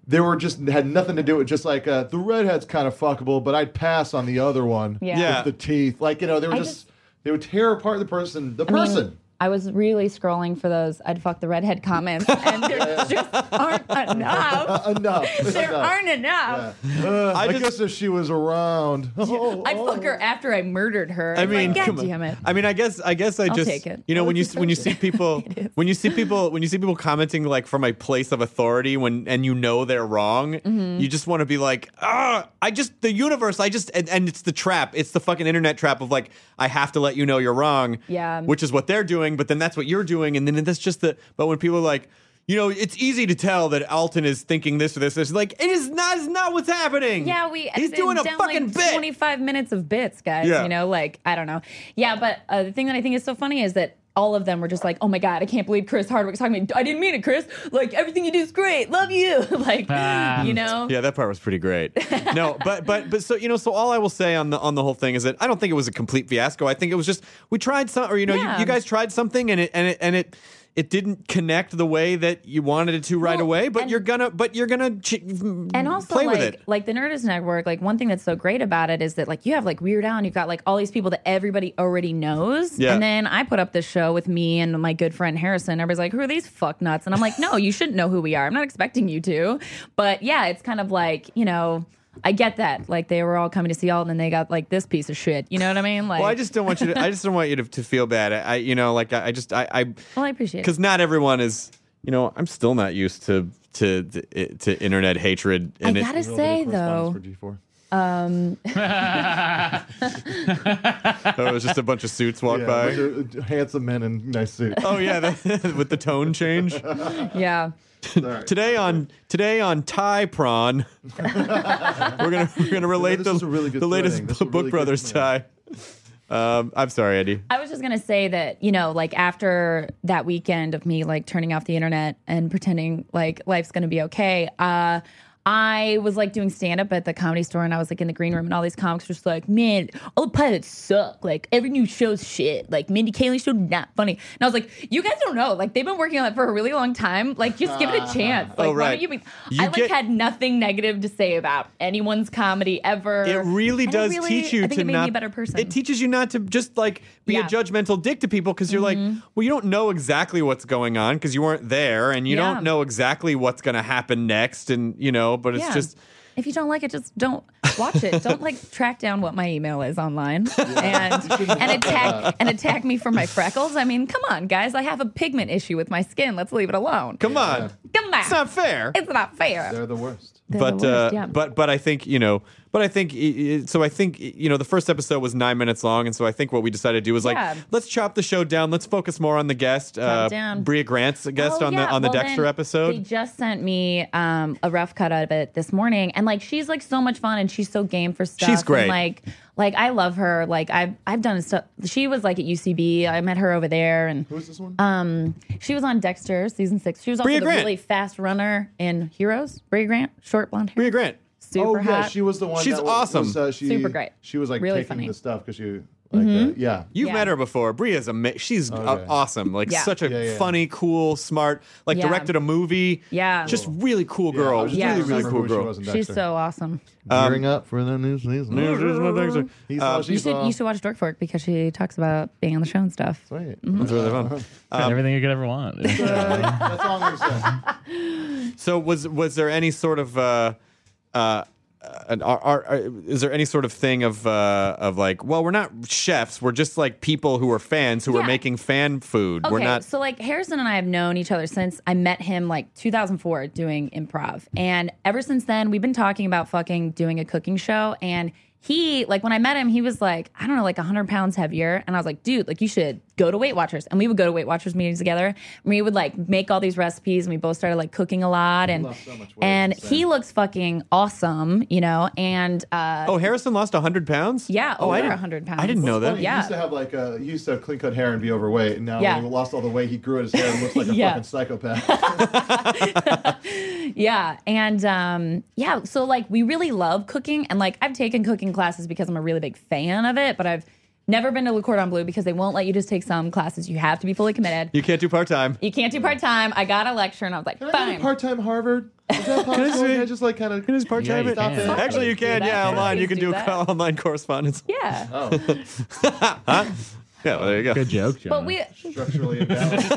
they were just had nothing to do with just like uh, the redhead's kind of fuckable, but I'd pass on the other one.
Yeah.
Yeah.
with the teeth, like you know they were
I
just,
just-
they would tear apart the person, the
mean,
person.
I was really scrolling for those I'd fuck the redhead comments, and there just aren't
Uh,
enough.
enough.
There
enough.
aren't enough.
Uh, I,
just-
guess if she was around, oh,
I'd
oh.
fuck her after I murdered her.
I
I'm
mean,
like, God
come on.
damn it.
I mean, I guess, I guess, I just,
take it.
you know,
That
when you
was
when you see
offensive.
people,
It is.
when you see people, when you see people commenting like from a place of authority, when and you know they're wrong,
Mm-hmm.
you just want to be like, ah, I just the universe, I just, and, and it's the trap, it's the fucking internet trap of like, I have to let you know you're wrong,
Yeah.
which is what they're doing, but then that's what you're doing, and then that's just the. But when people are like. You know, it's easy to tell that Alton is thinking this or this. It's like it is not, is not what's happening.
Yeah, we.
he's
it's
doing a
down,
fucking
like
bit.
25 minutes of bits, guys.
Yeah.
You know, like I don't know. Yeah, but uh, the thing that I think is so funny is that all of them were just like, "Oh my god, I can't believe Chris Hardwick's talking to me. I didn't mean it, Chris. Like everything you do is great. Love you. like
Ah.
you know.
Yeah, that part was pretty great. No, but but but so you know, so all I will say on the on the whole thing is that I don't think it was a complete fiasco. I think it was just we tried some, or you know,
Yeah.
you, you guys tried something and it and it and it it didn't connect the way that you wanted it to right
Well,
away. But
and-
you're gonna but you're gonna ch-
and also
Mm-hmm. play
like
with it.
like the Nerdist Network, like one thing that's so great about it is that like you have like Weird Al and you've got like all these people that everybody already knows.
Yeah.
And then I put up this show with me and my good friend Harrison. Everybody's like, "Who are these fuck nuts?" And I'm like, "No, you shouldn't know who we are. I'm not expecting you to." But yeah, it's kind of like you know. I get that. Like they were all coming to see Alton, and they got like this piece of shit. You know what I mean? Like,
Well, I just don't want you. To, I just don't want you to, to feel bad. I, I you know, like I, I just I, I
Well, I appreciate it.
because not everyone is. You know, I'm still not used to to to, to internet hatred.
I
it-
gotta say
Correspondence
though,
for G4.
Um,
Oh, it was just a bunch of suits walk
Yeah,
by.
bunch of handsome men in nice suits.
oh yeah, that, with the tone change.
yeah.
All right.
Today uh, on today on Thai prawn, we're gonna we're gonna relate
this
the,
is a really good
the latest
threading. This is a
Book
really good
Brothers tie.
thread.
Um, I'm sorry, Eddie.
I was just gonna say that you know, like after that weekend of me like turning off the internet and pretending like life's gonna be okay, uh, I was like doing stand up at the comedy store and I was like in the green room and all these comics were just like, man, all the pilots suck. Like every new show's shit. Like Mindy Kaling's show not funny. And I was like, you guys don't know. Like they've been working on it for a really long time. Like just give it a chance. Like
Oh,
why
right.
don't you? Be-
You
I like
get-
had nothing negative to say about anyone's comedy ever.
It really
And it
does
really-
teach you
I think
to
it made
not
me a better person.
It teaches you not to just like be a
Yeah. Mm-hmm.
judgmental dick to people because you're like, well, you don't know exactly what's going on because you weren't there, and you
Yeah.
don't know exactly what's gonna happen next, and you know. But it's
Yeah.
just
if you don't like it, just don't watch it. don't like track down what my email is online and and attack and attack me for my freckles. I mean, come on, guys. I have a pigment issue with my skin. Let's leave it alone.
come on,
Come back.
it's not fair.
It's not fair.
They're the worst.
They're the
but
worst,
uh,
yeah.
but but I think you know. But I think i- i- so. I think i- you know the first episode was nine minutes long, and so I think what we decided to do was
Yeah.
like let's chop the show down. Let's focus more on the guest, uh,
it down.
Bria Grant's guest
Oh,
on
yeah.
the on the
Well,
Dexter
then
episode.
They just sent me um, a rough cut of it this morning, and like she's like so much fun, and she's so game for stuff.
She's great.
And, like, like I love her. Like I've I've done stuff. She was like at UCB. I met her over there, and
Who's this one?
Um, She was on Dexter season six. She was also
Bria
the
Grant.
really fast runner in Heroes. Bria Grant, short blonde hair,
Bria Grant.
oh
super
yeah,
hot.
she was the one.
She's
that was-
awesome.
was, uh, she,
Super great.
She was like
Really
taking
funny. Mm-hmm.
the stuff because you like uh, yeah.
You've
Yeah.
met her before. Bria's ama- she's uh,
Oh, yeah.
awesome. Like
Yeah.
such a
yeah.
funny, cool, smart. Like
Yeah.
directed a movie.
Yeah.
just really cool
Yeah, I
girl.
was just
Yeah.
trying to
Really, really
remember
cool
who
girl. Um,
She was in
She's
Dexter.
so awesome.
gearing up for the new season. He's
Uh,
all,
You
she's
should
all.
you should watch Dork Fork because she talks about being on the show and stuff.
Right.
It's really fun.
and everything you could ever want.
That's all I'm gonna say.
So was was there any sort of uh, uh, an are, are, uh, is there any sort of thing of uh, of like well we're not chefs we're just like people who are fans who are
Yeah.
making fan food
Okay,
we're not
so like Harrison and I have known each other since I met him like 2004 doing improv, and ever since then we've been talking about fucking doing a cooking show. And he like when I met him, he was like I don't know like 100 pounds heavier, and I was like, dude, like you should go to Weight Watchers, and we would go to Weight Watchers meetings together. And we would like make all these recipes, and we both started like cooking a lot, and
lost so much weight
and
since
he looks fucking awesome, you know, and uh,
oh Harrison lost hundred pounds
yeah,
oh I
over
didn't-
100 pounds.
I didn't know that
Funny, He
Yeah.
used to have like a he used to have clean cut hair and be overweight. And now
Yeah.
when he lost all the weight, he grew it his hair and looks like a
Yeah.
fucking psychopath.
Yeah. And um, yeah, so like we really love cooking and like I've taken cooking classes because I'm a really big fan of it, but I've never been to Le Cordon Bleu because they won't let you just take some classes. You have to be fully committed.
you can't do part time
You can't do part time. I got a lecture and I was like, fine.
Part time Harvard. Is that possible?
say-
yeah, just like kind of.
it is part
Yeah,
time
you can. Fuck,
actually you
you
can
can do
yeah
that.
online
You
you can do,
can do that.
co- online correspondence
yeah.
Oh,
yeah well, there you go
Good joke, John.
But we
structurally imbalanced.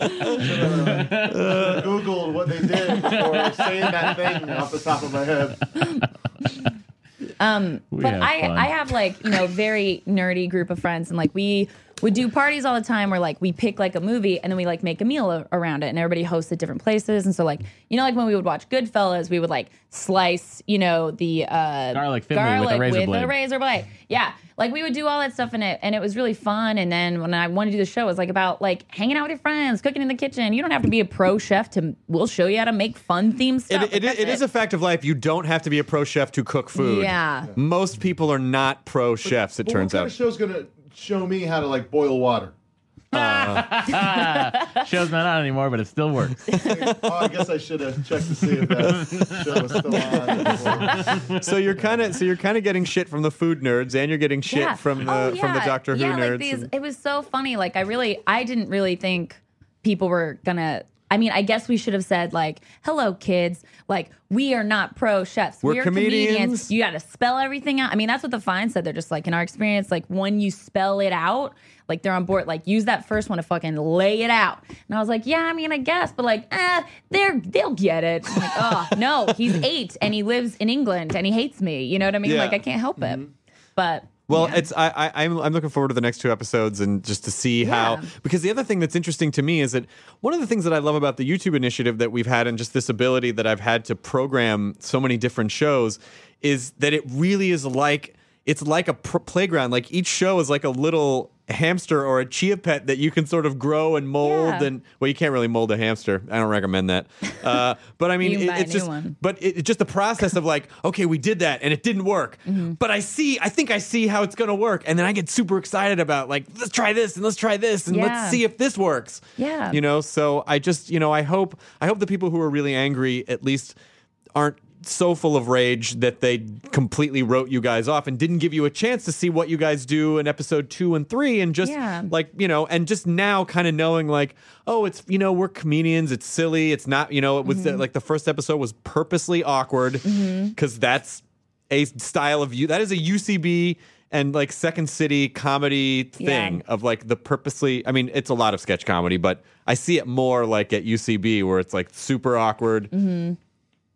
I Googled what they did for saying that thing off the top of my head.
We
but
have
I,
fun.
I have like you know very nerdy group of friends and like we would do parties all the time where like we pick like a movie and then we like make a meal a- around it and everybody hosts at different places and so like you know like when we would watch Goodfellas we would like slice you know the uh,
Garlic thinly with a razor blade.
razor blade yeah like we would do all that stuff in it and it was really fun and then when I wanted to do the show it was like about like hanging out with your friends cooking in the kitchen you don't have to be a pro chef to we'll show you how to make fun themed stuff
It, it,
Like,
it
that's
is a fact of life. You don't have to be a pro chef to cook food.
Yeah.
Most people are not pro chefs, it
But
turns
what
out.
Kind of show's gonna show me how to like boil water.
Show's not on anymore, but it still works.
Like, oh, I guess I should have checked to see if that show was still on. before.
so you're kind of so you're kind of getting shit from the food nerds, and you're getting shit
Yeah.
from the
Oh,
from the
yeah.
Doctor Who
yeah,
nerds.
Like these,
and-
it was so funny. Like I really, I didn't really think people were gonna. I mean, I guess we should have said like, "Hello, kids! Like we are not pro chefs.
We're
we are
comedians.
You got to spell everything out. I mean, that's what the fine said. They're just like, in our experience, like when you spell it out, like they're on board. Like use that first one to fucking lay it out. And I was like, yeah, I mean, I guess, but like, eh, they're they'll get it. I'm like, oh no, he's eight and he lives in England and he hates me. You know what I mean?
Yeah. Mm-hmm.
Like I can't help it. But
Well, it's I, I I'm I'm looking forward to the next two episodes and just to see how because the other thing that's interesting to me is that one of the things that I love about the YouTube initiative that we've had and just this ability that I've had to program so many different shows is that it really is like it's like a pr- playground. Like each show is like a little hamster or a chia pet that you can sort of grow and mold
Yeah.
and well you can't really mold a hamster i don't recommend that uh, but i mean
You can
it-
buy a
it's
new
just
one.
but it, it's just the process of like, okay, we did that and it didn't work.
Mm-hmm.
But I see, I think I see how it's going to work. And then I get super excited about like, let's try this and let's try this and
Yeah.
let's see if this works.
Yeah.
You know, so I just, you know, I hope, I hope the people who are really angry at least aren't so full of rage that they completely wrote you guys off and didn't give you a chance to see what you guys do in episode two and three and just
Yeah.
like you know and just now kind of knowing like oh it's you know we're comedians it's silly it's not you know it was uh,
Mm-hmm.
like the first episode was purposely awkward because that's a style of you that is a ucb and like second city comedy
Yeah.
thing of like the purposely i mean it's a lot of sketch comedy but i see it more like at ucb where it's like super awkward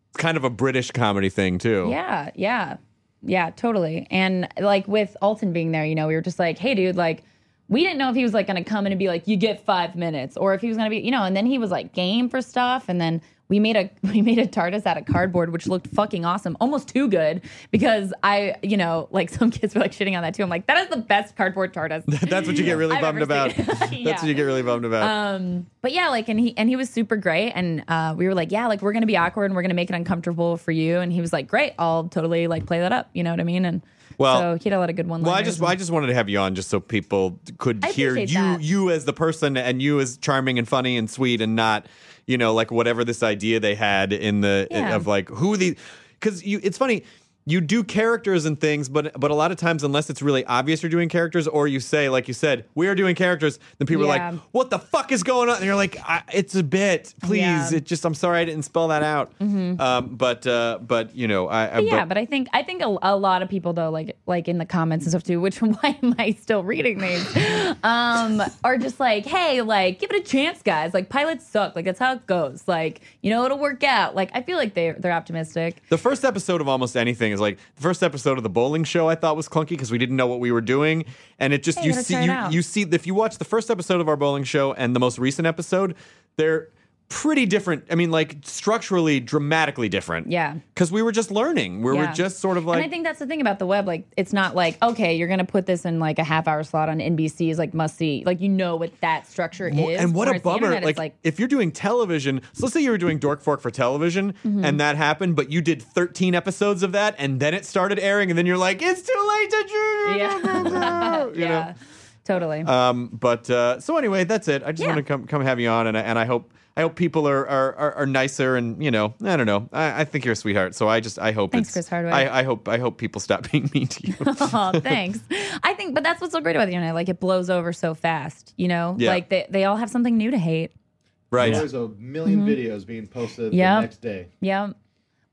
it's kind of a british comedy thing too
Mm-hmm. Yeah, yeah, yeah, totally. And like with Alton being there, you know, we were just like, hey, dude, like, we didn't know if he was like going to come in and be like, you get five minutes, or if he was going to be, you know. And then he was like game for stuff, and then. We made a we made a TARDIS out of cardboard, which looked fucking awesome, almost too good because I, you know, like some kids were like shitting on that too. I'm like, that is the best cardboard TARDIS.
that's what you get really
I've
bummed
ever
about
seen.
that's what
Yeah. Um,
you get really bummed about
but yeah, like, and he and he was super great, and uh, we were like, yeah, like we're gonna be awkward and we're gonna make it uncomfortable for you, and he was like, great, I'll totally like play that up, you know what I mean? And
Well-
so he had a lot of good one.
Well, I just I just wanted to have you on just so people could
I
hear
appreciate
you
that.
you as the person and you as charming and funny and sweet and not you know like whatever this idea they had in the
Yeah.
of like who the because you it's funny you do characters and things but but a lot of times unless it's really obvious you're doing characters or you say like you said we are doing characters then people are
Yeah.
like what the fuck is going on and you're like I, it's a bit please
Yeah.
it just I'm sorry I didn't spell that out um, but uh, but you know I, I
yeah, but I think I think a, a lot of people though, like like in the comments and stuff too. Which why am I still reading these? Um, are just like, hey, like give it a chance, guys. Like pilots suck. Like that's how it goes. Like you know it'll work out. Like I feel like they they're optimistic.
The first episode of almost anything is like the first episode of the bowling show. I thought was clunky because we didn't know what we were doing, and it just
Hey,
you
gotta
see
try it
you
out.
you see if you watch the first episode of our bowling show and the most recent episode, they're pretty different. I mean, like structurally, dramatically different.
Yeah.
because we were just learning. We
Yeah.
were just sort of like
and I think that's the thing about the web. Like, it's not like okay, you're gonna put this in like a half hour slot on NBC is like must see. Like, you know what that structure is.
And what a
Whereas the
bummer!
internet is
Like, if you're doing television, so let's say you were doing Dork Fork for television,
Mm-hmm.
and that happened, but you did 13 episodes of that, and then it started airing, and then you're like, it's too late to do.
yeah,
you know?
yeah, totally.
Um, but uh, so anyway, that's it. I just
Yeah.
want to come come have you on, and I, and I hope I hope people are are, are, are nicer, and you know, I don't know. I, I think you're a sweetheart, so I just I hope
Thanks,
it's,
Chris Hardwick.
I, I hope I hope people stop being mean to you.
oh, thanks. I think, but that's what's so great about the internet. Like, it blows over so fast. You know,
Yeah.
like they they all have something new to hate.
right.
There's a 1000000 videos being posted
Yep.
the next day.
Yeah.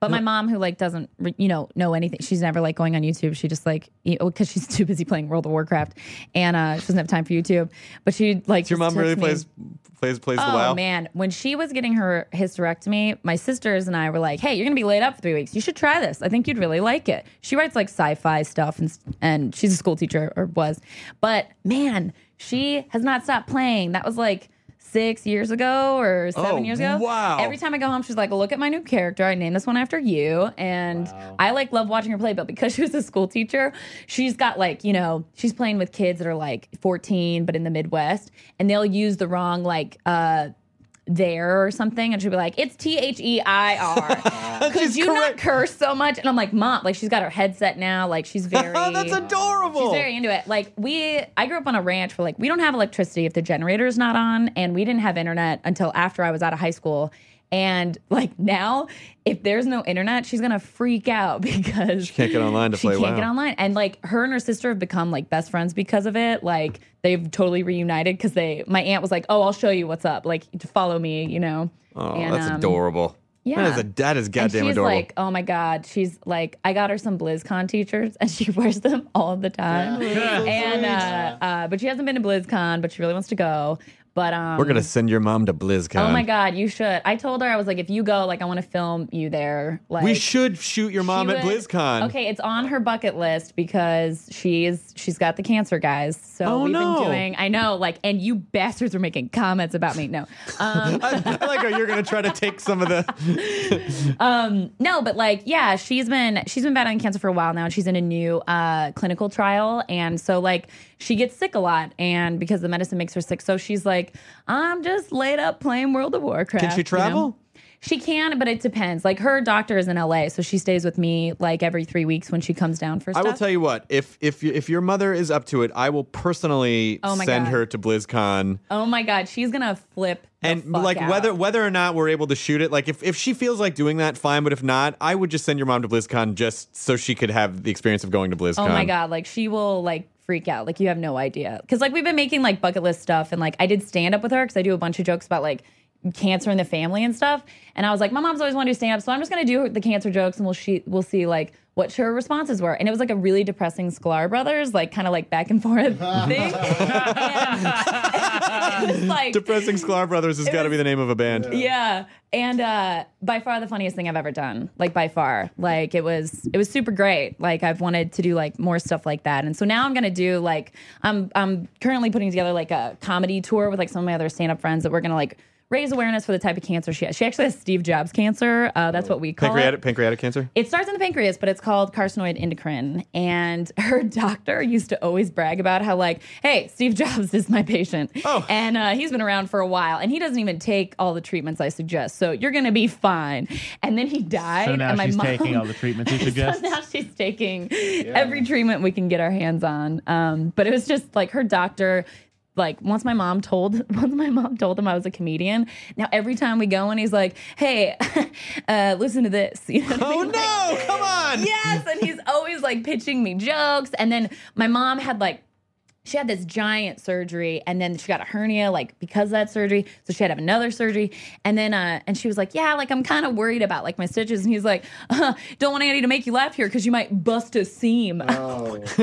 But my mom, who like doesn't re- you know know anything, she's never like going on YouTube. She just like because she's too busy playing World of Warcraft, and uh, she doesn't have time for YouTube. But she like
Your
just
mom really
texts me.
plays plays plays
Oh
the WoW.
man, when she was getting her hysterectomy, my sisters and I were like, "Hey, you're gonna be laid up for three weeks. You should try this. I think you'd really like it." She writes like sci-fi stuff, and and she's a school teacher or was, but man, she has not stopped playing. That was like six years ago or seven
Oh,
years ago.
wow.
Every time I go home, she's like, "Look at my new character. I named this one after you." And I like love watching her play, but because she was a school teacher, she's got like you know she's playing with kids that are like 14, but in the Midwest, and they'll use the wrong like. uh there or something, and she'll be like, "It's T H E I R." Could
She's
you not
correct.
curse so much? And I'm like, "Mom, like she's got her headset now. Like she's very
that's adorable.
um, She's very into it. Like we, I grew up on a ranch where like we don't have electricity if the generator's not on, and we didn't have internet until after I was out of high school. And like now, if there's no internet, she's gonna freak out because she
can't get online to
she
play
can't
WoW.
get online, and like her and her sister have become like best friends because of it. Like they've totally reunited because they. My aunt was like, "Oh, I'll show you what's up. Like to follow me, you know."
Oh,
And,
that's
um,
adorable.
yeah.
that is a, that is
And
goddamn
she's
adorable.
like, oh my god, she's like, I got her some BlizzCon t-shirts, and she wears them all the time.
Yeah.
and uh, uh, but she hasn't been to BlizzCon, but she really wants to go. But um,
We're gonna send your mom to BlizzCon.
Oh my god, you should. I told her I was like, if you go, like, I want to film you there. Like,
We should shoot your mom
She
at
would-
BlizzCon.
Okay, it's on her bucket list because she's she's got the cancer, guys. So
Oh,
we've
no.
been doing. I know, like, and you bastards were making comments about me. No, um,
I, I like how you're gonna try to take some of the.
no, but like, yeah, she's been she's been battling cancer for a while now, and she's in a new uh, clinical trial, and so like she gets sick a lot, and because the medicine makes her sick, so she's like, I'm just laid up playing World of Warcraft.
Can she
you know?
travel?
She can, but it depends. Like her doctor is in LA, so she stays with me like every three weeks when she comes down for
I
stuff.
will tell you what. If if you, if your mother is up to it, I will personally
Oh my
send
God.
her to BlizzCon.
Oh my god, she's gonna flip. the
And
fuck
like
out.
whether whether or not we're able to shoot it, like if, if she feels like doing that, fine. But if not, I would just send your mom to BlizzCon just so she could have the experience of going to BlizzCon.
Oh my god, like she will like freak out. Like you have no idea. Cause like we've been making like bucket list stuff and like I did stand up with her because I do a bunch of jokes about like cancer in the family and stuff. And I was like, my mom's always wanted to do stand up, so I'm just gonna do the cancer jokes and we'll she we'll see like what her responses were. And it was like a really depressing Sklar Brothers, like kind of like back and forth thing. and, it was, like,
Depressing Sklar Brothers has got to be the name of a band.
yeah and uh by far the funniest thing i've ever done like by far like it was it was super great like i've wanted to do like more stuff like that and so now i'm gonna do like i'm i'm currently putting together like a comedy tour with like some of my other stand-up friends that we're gonna like raise awareness for the type of cancer she has she actually has steve jobs cancer uh, that's what we call it
Pancreatic pancreatic cancer.
it starts in the pancreas, but it's called carcinoid endocrine. And her doctor used to always brag about how, like, hey, Steve Jobs is my patient.
Oh.
And uh, he's been around for a while, and he doesn't even take all the treatments I suggest. So you're going to be fine. And then he died.
So now
and my
she's
mom,
taking all the treatments you suggest.
so now she's taking every treatment we can get our hands on. Um, but it was just like her doctor. Like once my mom told once my mom told him I was a comedian. Now every time we go and he's like, "Hey, uh, listen to this." You know what I
Oh
mean? Like,
no! Come on.
yes and he's always like pitching me jokes and then my mom had like she had this giant surgery and then she got a hernia like because of that surgery so she had to have another surgery and then uh and she was like yeah like i'm kind of worried about like my stitches and he's like uh, don't want andy to make you laugh here because you might bust a seam
Oh,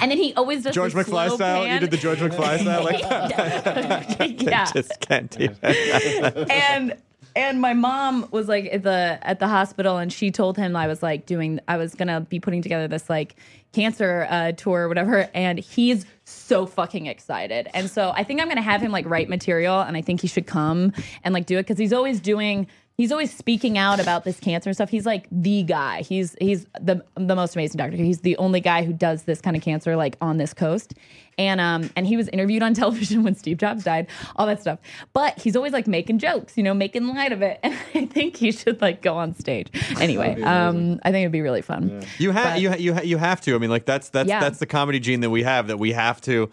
and then he always does
George
this
McFly
slow
style. You
pan.
did the George McFly style. Like,
yeah
just can't do that.
and and my mom was like at the at the hospital and she told him I was like doing I was gonna be putting together this like cancer uh, tour or whatever and he's so fucking excited and so I think I'm gonna have him like write material and I think he should come and like do it because he's always doing he's always speaking out about this cancer stuff he's like the guy he's he's the the most amazing doctor he's the only guy who does this kind of cancer like on this coast and um and he was interviewed on television when Steve Jobs died, all that stuff. But he's always like making jokes, you know, making light of it. And I think he should like go on stage. Anyway, um, I think it'd be really fun.
You have you ha- you ha- you have to. I mean, like that's that's
Yeah.
that's the comedy gene that we have. That we have to.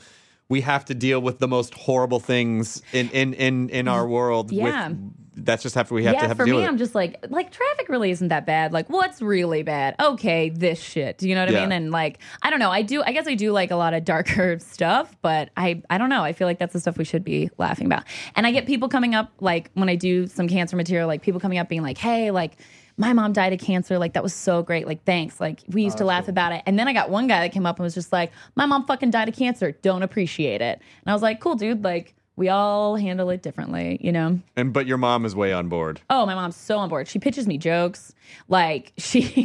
We have to deal with the most horrible things in in in, in our world.
Mm, Yeah.
With, that's just have to, we have
yeah,
to have
for
to deal
me,
with. it.
I'm just like, like traffic really isn't that bad. Like, what's really bad? Okay, this shit. Do you know what
Yeah.
I mean? And like, I don't know. I do. I guess I do like a lot of darker stuff, but I, I don't know. I feel like that's the stuff we should be laughing about. And I get people coming up, like when I do some cancer material, like people coming up being like, hey, like. My mom died of cancer. Like, that was so great. Like, thanks. Like, we used to laugh about it. And then I got one guy that came up and was just like, My mom fucking died of cancer. Don't appreciate it. And I was like, Cool, dude. Like, we all handle it differently, you know?
and but your mom is way on board.
Oh, my mom's so on board. She pitches me jokes. Like she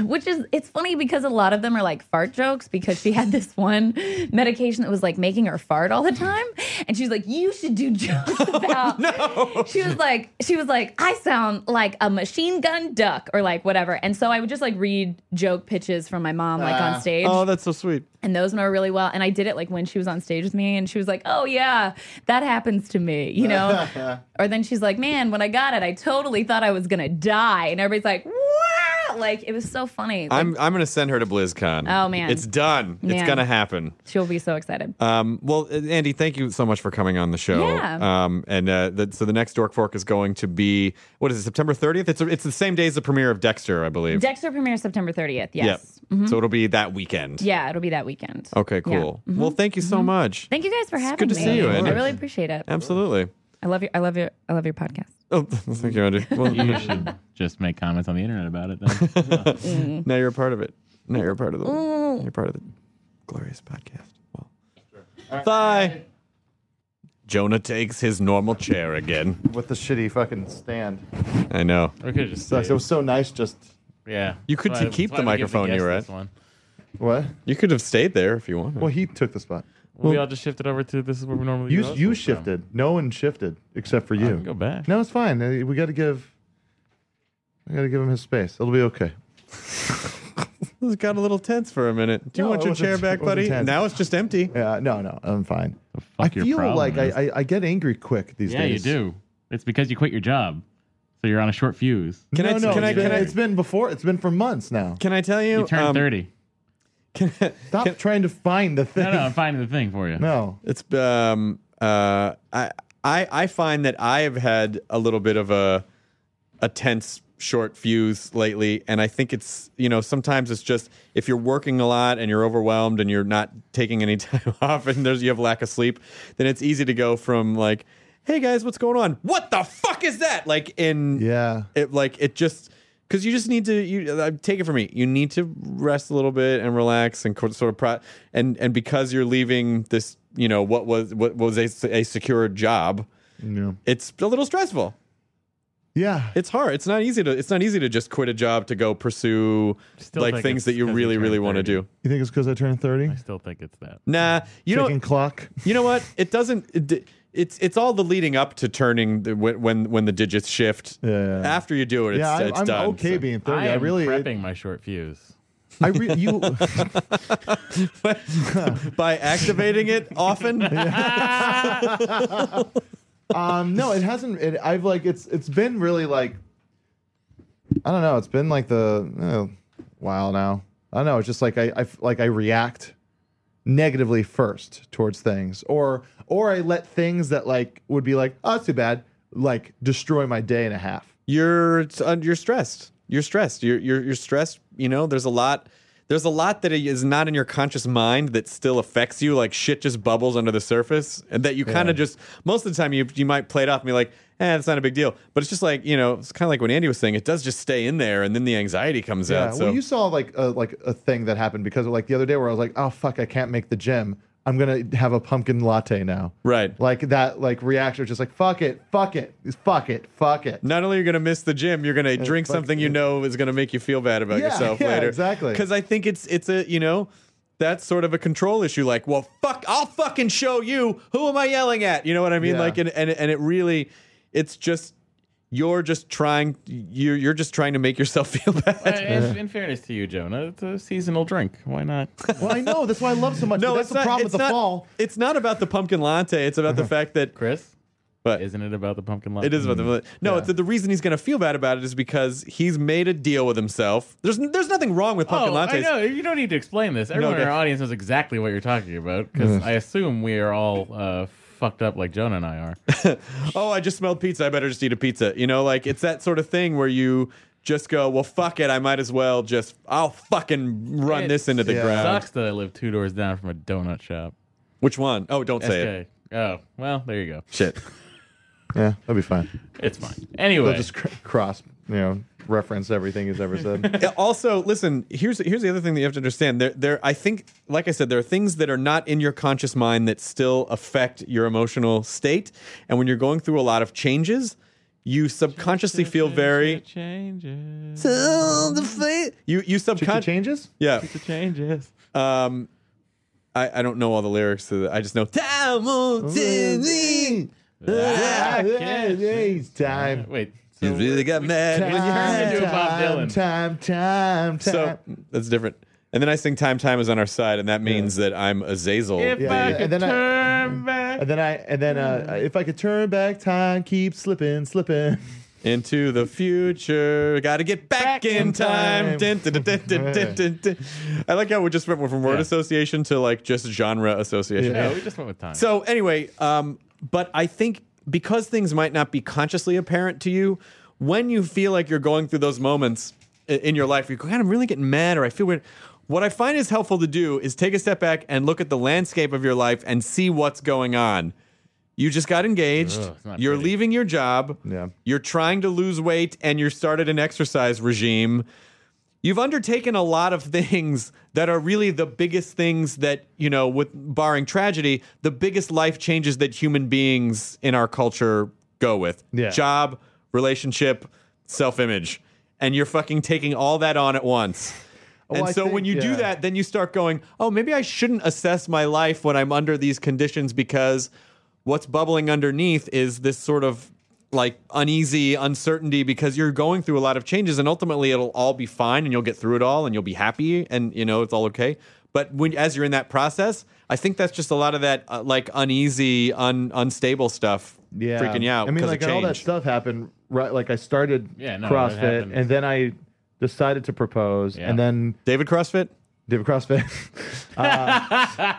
which is it's funny because a lot of them are like fart jokes because she had this one medication that was like making her fart all the time. And she's like, You should do jokes about She was like, she was like, I sound like a machine gun duck or like whatever. And so I would just like read joke pitches from my mom like on stage
Oh, that's so sweet.
and those know really well. And I did it like when she was on stage with me, and she was like, "Oh yeah, that happens to me," you know. or then she's like, "Man, when I got it, I totally thought I was gonna die," and everybody's like, "What?" Like it was so funny. Like,
I'm I'm gonna send her to BlizzCon.
Oh, man.
it's done. It's
Man.
gonna happen.
she'll be so excited.
Um, well, uh, Andy, thank you so much for coming on the show.
Yeah.
Um, and uh, the, so the next Dork Fork is going to be what is it, September 30th? It's it's the same day as the premiere of Dexter, I believe.
Dexter premieres September 30th. Yes. Mm-hmm.
Yep. So it'll be that weekend.
Yeah, it'll be that weekend.
Okay,
Yeah. Mm-hmm.
cool. Well, thank you so much.
Thank you guys for having
good
me.
to see you, Andy.
I really appreciate it.
Absolutely.
I love your, I love your, I love your podcast.
Oh, thank you, Andy. Well,
you should just make comments on the internet about it. Then.
now you're a part of it. Now you're a part of the.
Mm.
You're part of the glorious podcast. Well, bye. Jonah takes his normal chair again.
with the shitty fucking stand.
I know.
We could just
Sucks. It was so nice. Just
yeah.
You could
That's why-
keep
that's
the
why we give
microphone
guests
you were
this
at.
one.
what?
You could have stayed there if you wanted.
Well, he took the spot.
We all just shifted over to this is where we normally
You
do this
you
from.
shifted. No one shifted except for you.
can go back.
No, it's fine. Uh, We got to give. We got to give him his space. It'll be okay.
This got a little tense for a minute. Do you
No,
want
it
your
wasn't-
chair back,
it wasn't
buddy?
tense.
Now it's just empty.
Yeah. No, no, I'm fine. I
fuck your
feel
problem
like
is.
I, I I get angry quick these
Yeah, you
days.
do. It's because you quit your job, so you're on a short fuse.
Can
no,
I?
no,
can I?
it's been-
Can I?
It's been before. It's been for months now.
Can I tell you?
You turned
um,
thirty.
Can,
Stop trying to find the thing.
No, no, I'm finding the thing for you.
No.
It's um uh I I I find that I have had a little bit of a a tense short fuse lately and I think it's you know sometimes it's just if you're working a lot and you're overwhelmed and you're not taking any time off and there's you have lack of sleep then it's easy to go from like hey guys what's going on what the fuck is that like in
Yeah.
it like it just because you just need to you uh, take it from me you need to rest a little bit and relax and co- sort of pro- and and because you're leaving this you know what was what was a, a secure job
Yeah.
it's a little stressful
Yeah.
it's hard it's not easy to it's not easy to just quit a job to go pursue
Still
like
think
things
it's
that you
'cause you
really
turned
really want to
30.
do
You think it's because I turned thirty?
I still think it's that.
nah you know
Ticking clock.
you know what it doesn't it, d- it's it's all the leading up to turning the, when when- when the digits shift
Yeah.
after you do it it's,
yeah, I,
it's
I'm
done
okay
so.
being thirty.
I
I,
am
really.
prepping my short fuse.
I re- you.
by activating it often
Um, no, it hasn't. It, I've like it's it's been really like I don't know. It's been like the uh, while now. I don't know. It's just like I, I f- like I react negatively first towards things, or or I let things that like would be like oh that's too bad like destroy my day and a half.
you're it's, uh, you're stressed. You're stressed. You're you're you're stressed. You know, there's a lot. There's a lot that is not in your conscious mind that still affects you. Like shit just bubbles under the surface, and that you kind of just most of the time you you might play it off and be like, eh, it's not a big deal. But it's just like you know, it's kind of like when Andy was saying, it does just stay in there, and then the anxiety comes
Yeah.
out. So
Well, you saw like a, like a thing that happened because of, like the other day where I was like oh fuck I can't make the gym. I'm gonna have a pumpkin latte now.
right.
Like that like reaction was just like fuck it, fuck it, fuck it, fuck it.
not only are you going to miss the gym, you're going to drink
fuck
something you
it.
know is going to make you feel bad about
Yeah,
yourself
yeah,
later.
exactly.
Because I think it's it's a you know that's sort of a control issue. Like, well, fuck, I'll fucking show you. Who am I yelling at? You know what I mean?
Yeah.
Like, and and and it really, it's just you're just trying you're you're just trying to make yourself feel
Uh,
bad.
in, in fairness to you, Jonah, it's a seasonal drink. Why not?
Well, I know. That's why I love so much.
No,
but that's
it's
the
not,
problem
it's
with the
not,
fall.
It's not about the pumpkin latte. It's about the fact that
Chris,
What?
isn't it about the pumpkin latte?
It is about the no. It's that the reason he's going to feel bad about it is because he's made a deal with himself. There's there's nothing wrong with pumpkin
Oh,
lattes.
I know. You don't need to explain this. Everyone in
okay. Mm.
our audience knows exactly what you're talking about because I assume we are all uh, fucked up like Jonah and I are.
oh, I just smelled pizza. I better just eat a pizza. You know, like it's that sort of thing where you just go, well, fuck it. I might as well just, I'll fucking run
It
this into the
Yeah.
ground.
Sucks that I live two doors down from a donut shop.
Which one? Oh, don't say it.
SK. Oh, well, there you go.
Shit.
Yeah, that'd be fine.
It's fine.
They'll
Anyway,
just cr- cross, you know, reference everything he's ever said.
Yeah, Uh, also, listen. Here's here's the other thing that you have to understand. There, there. I think, like I said, there are things that are not in your conscious mind that still affect your emotional state. And when you're going through a lot of changes, you subconsciously feel very.
changes.
"Oh, the fa-" You you
Chicha
subconsciously.
changes?
Yeah.
It changes.
Um, I, I don't know all the lyrics to that. I just know time will tell me.
Ah,
yeah,
it's time.
Wait. So
You really got mad.
When you turn into a Bob
Time,
Dylan.
time, time, time.
So that's different. And then I sing "Time, Time is on our side," and that means that I'm Azazel.
if
Yeah,
I
yeah.
could
And then I-
turn back.
and then I, and then uh, if I could turn back time, keep slipping, slipping.
Into the future, gotta get back,
Back
in
in
time.
time. Dun, dun, dun, dun, dun, dun, dun, dun. I like how we just went from word
Yeah.
association to like just genre association.
No, we just went with time.
So anyway, um, but I think because things might not be consciously apparent to you, when you feel like you're going through those moments i- in your life, you go, God, I'm really getting mad, or I feel weird. What I find is helpful to do is take a step back and look at the landscape of your life and see what's going on. You just got engaged.
Ugh, it's not
you're
pretty.
leaving your job.
Yeah.
You're trying to lose weight and you started an exercise regime you've undertaken a lot of things that are really the biggest things that you know with barring tragedy the biggest life changes that human beings in our culture go with
Yeah.
job relationship self-image and you're fucking taking all that on at once and
I
so when
think-
you do
yeah.
that then you start going oh maybe i shouldn't assess my life when i'm under these conditions because what's bubbling underneath is this sort of like uneasy uncertainty because you're going through a lot of changes and ultimately it'll all be fine and you'll get through it all and you'll be happy and you know it's all okay but when as you're in that process i think that's just a lot of that uh, like uneasy un, unstable stuff
yeah.
freaking you out
I mean,
'cause
like
of
all that
change.
stuff happened. Right, like I started
Yeah, no, that
CrossFit,
happened.
and then I decided to propose,
Yeah.
and then
david crossfit
did CrossFit.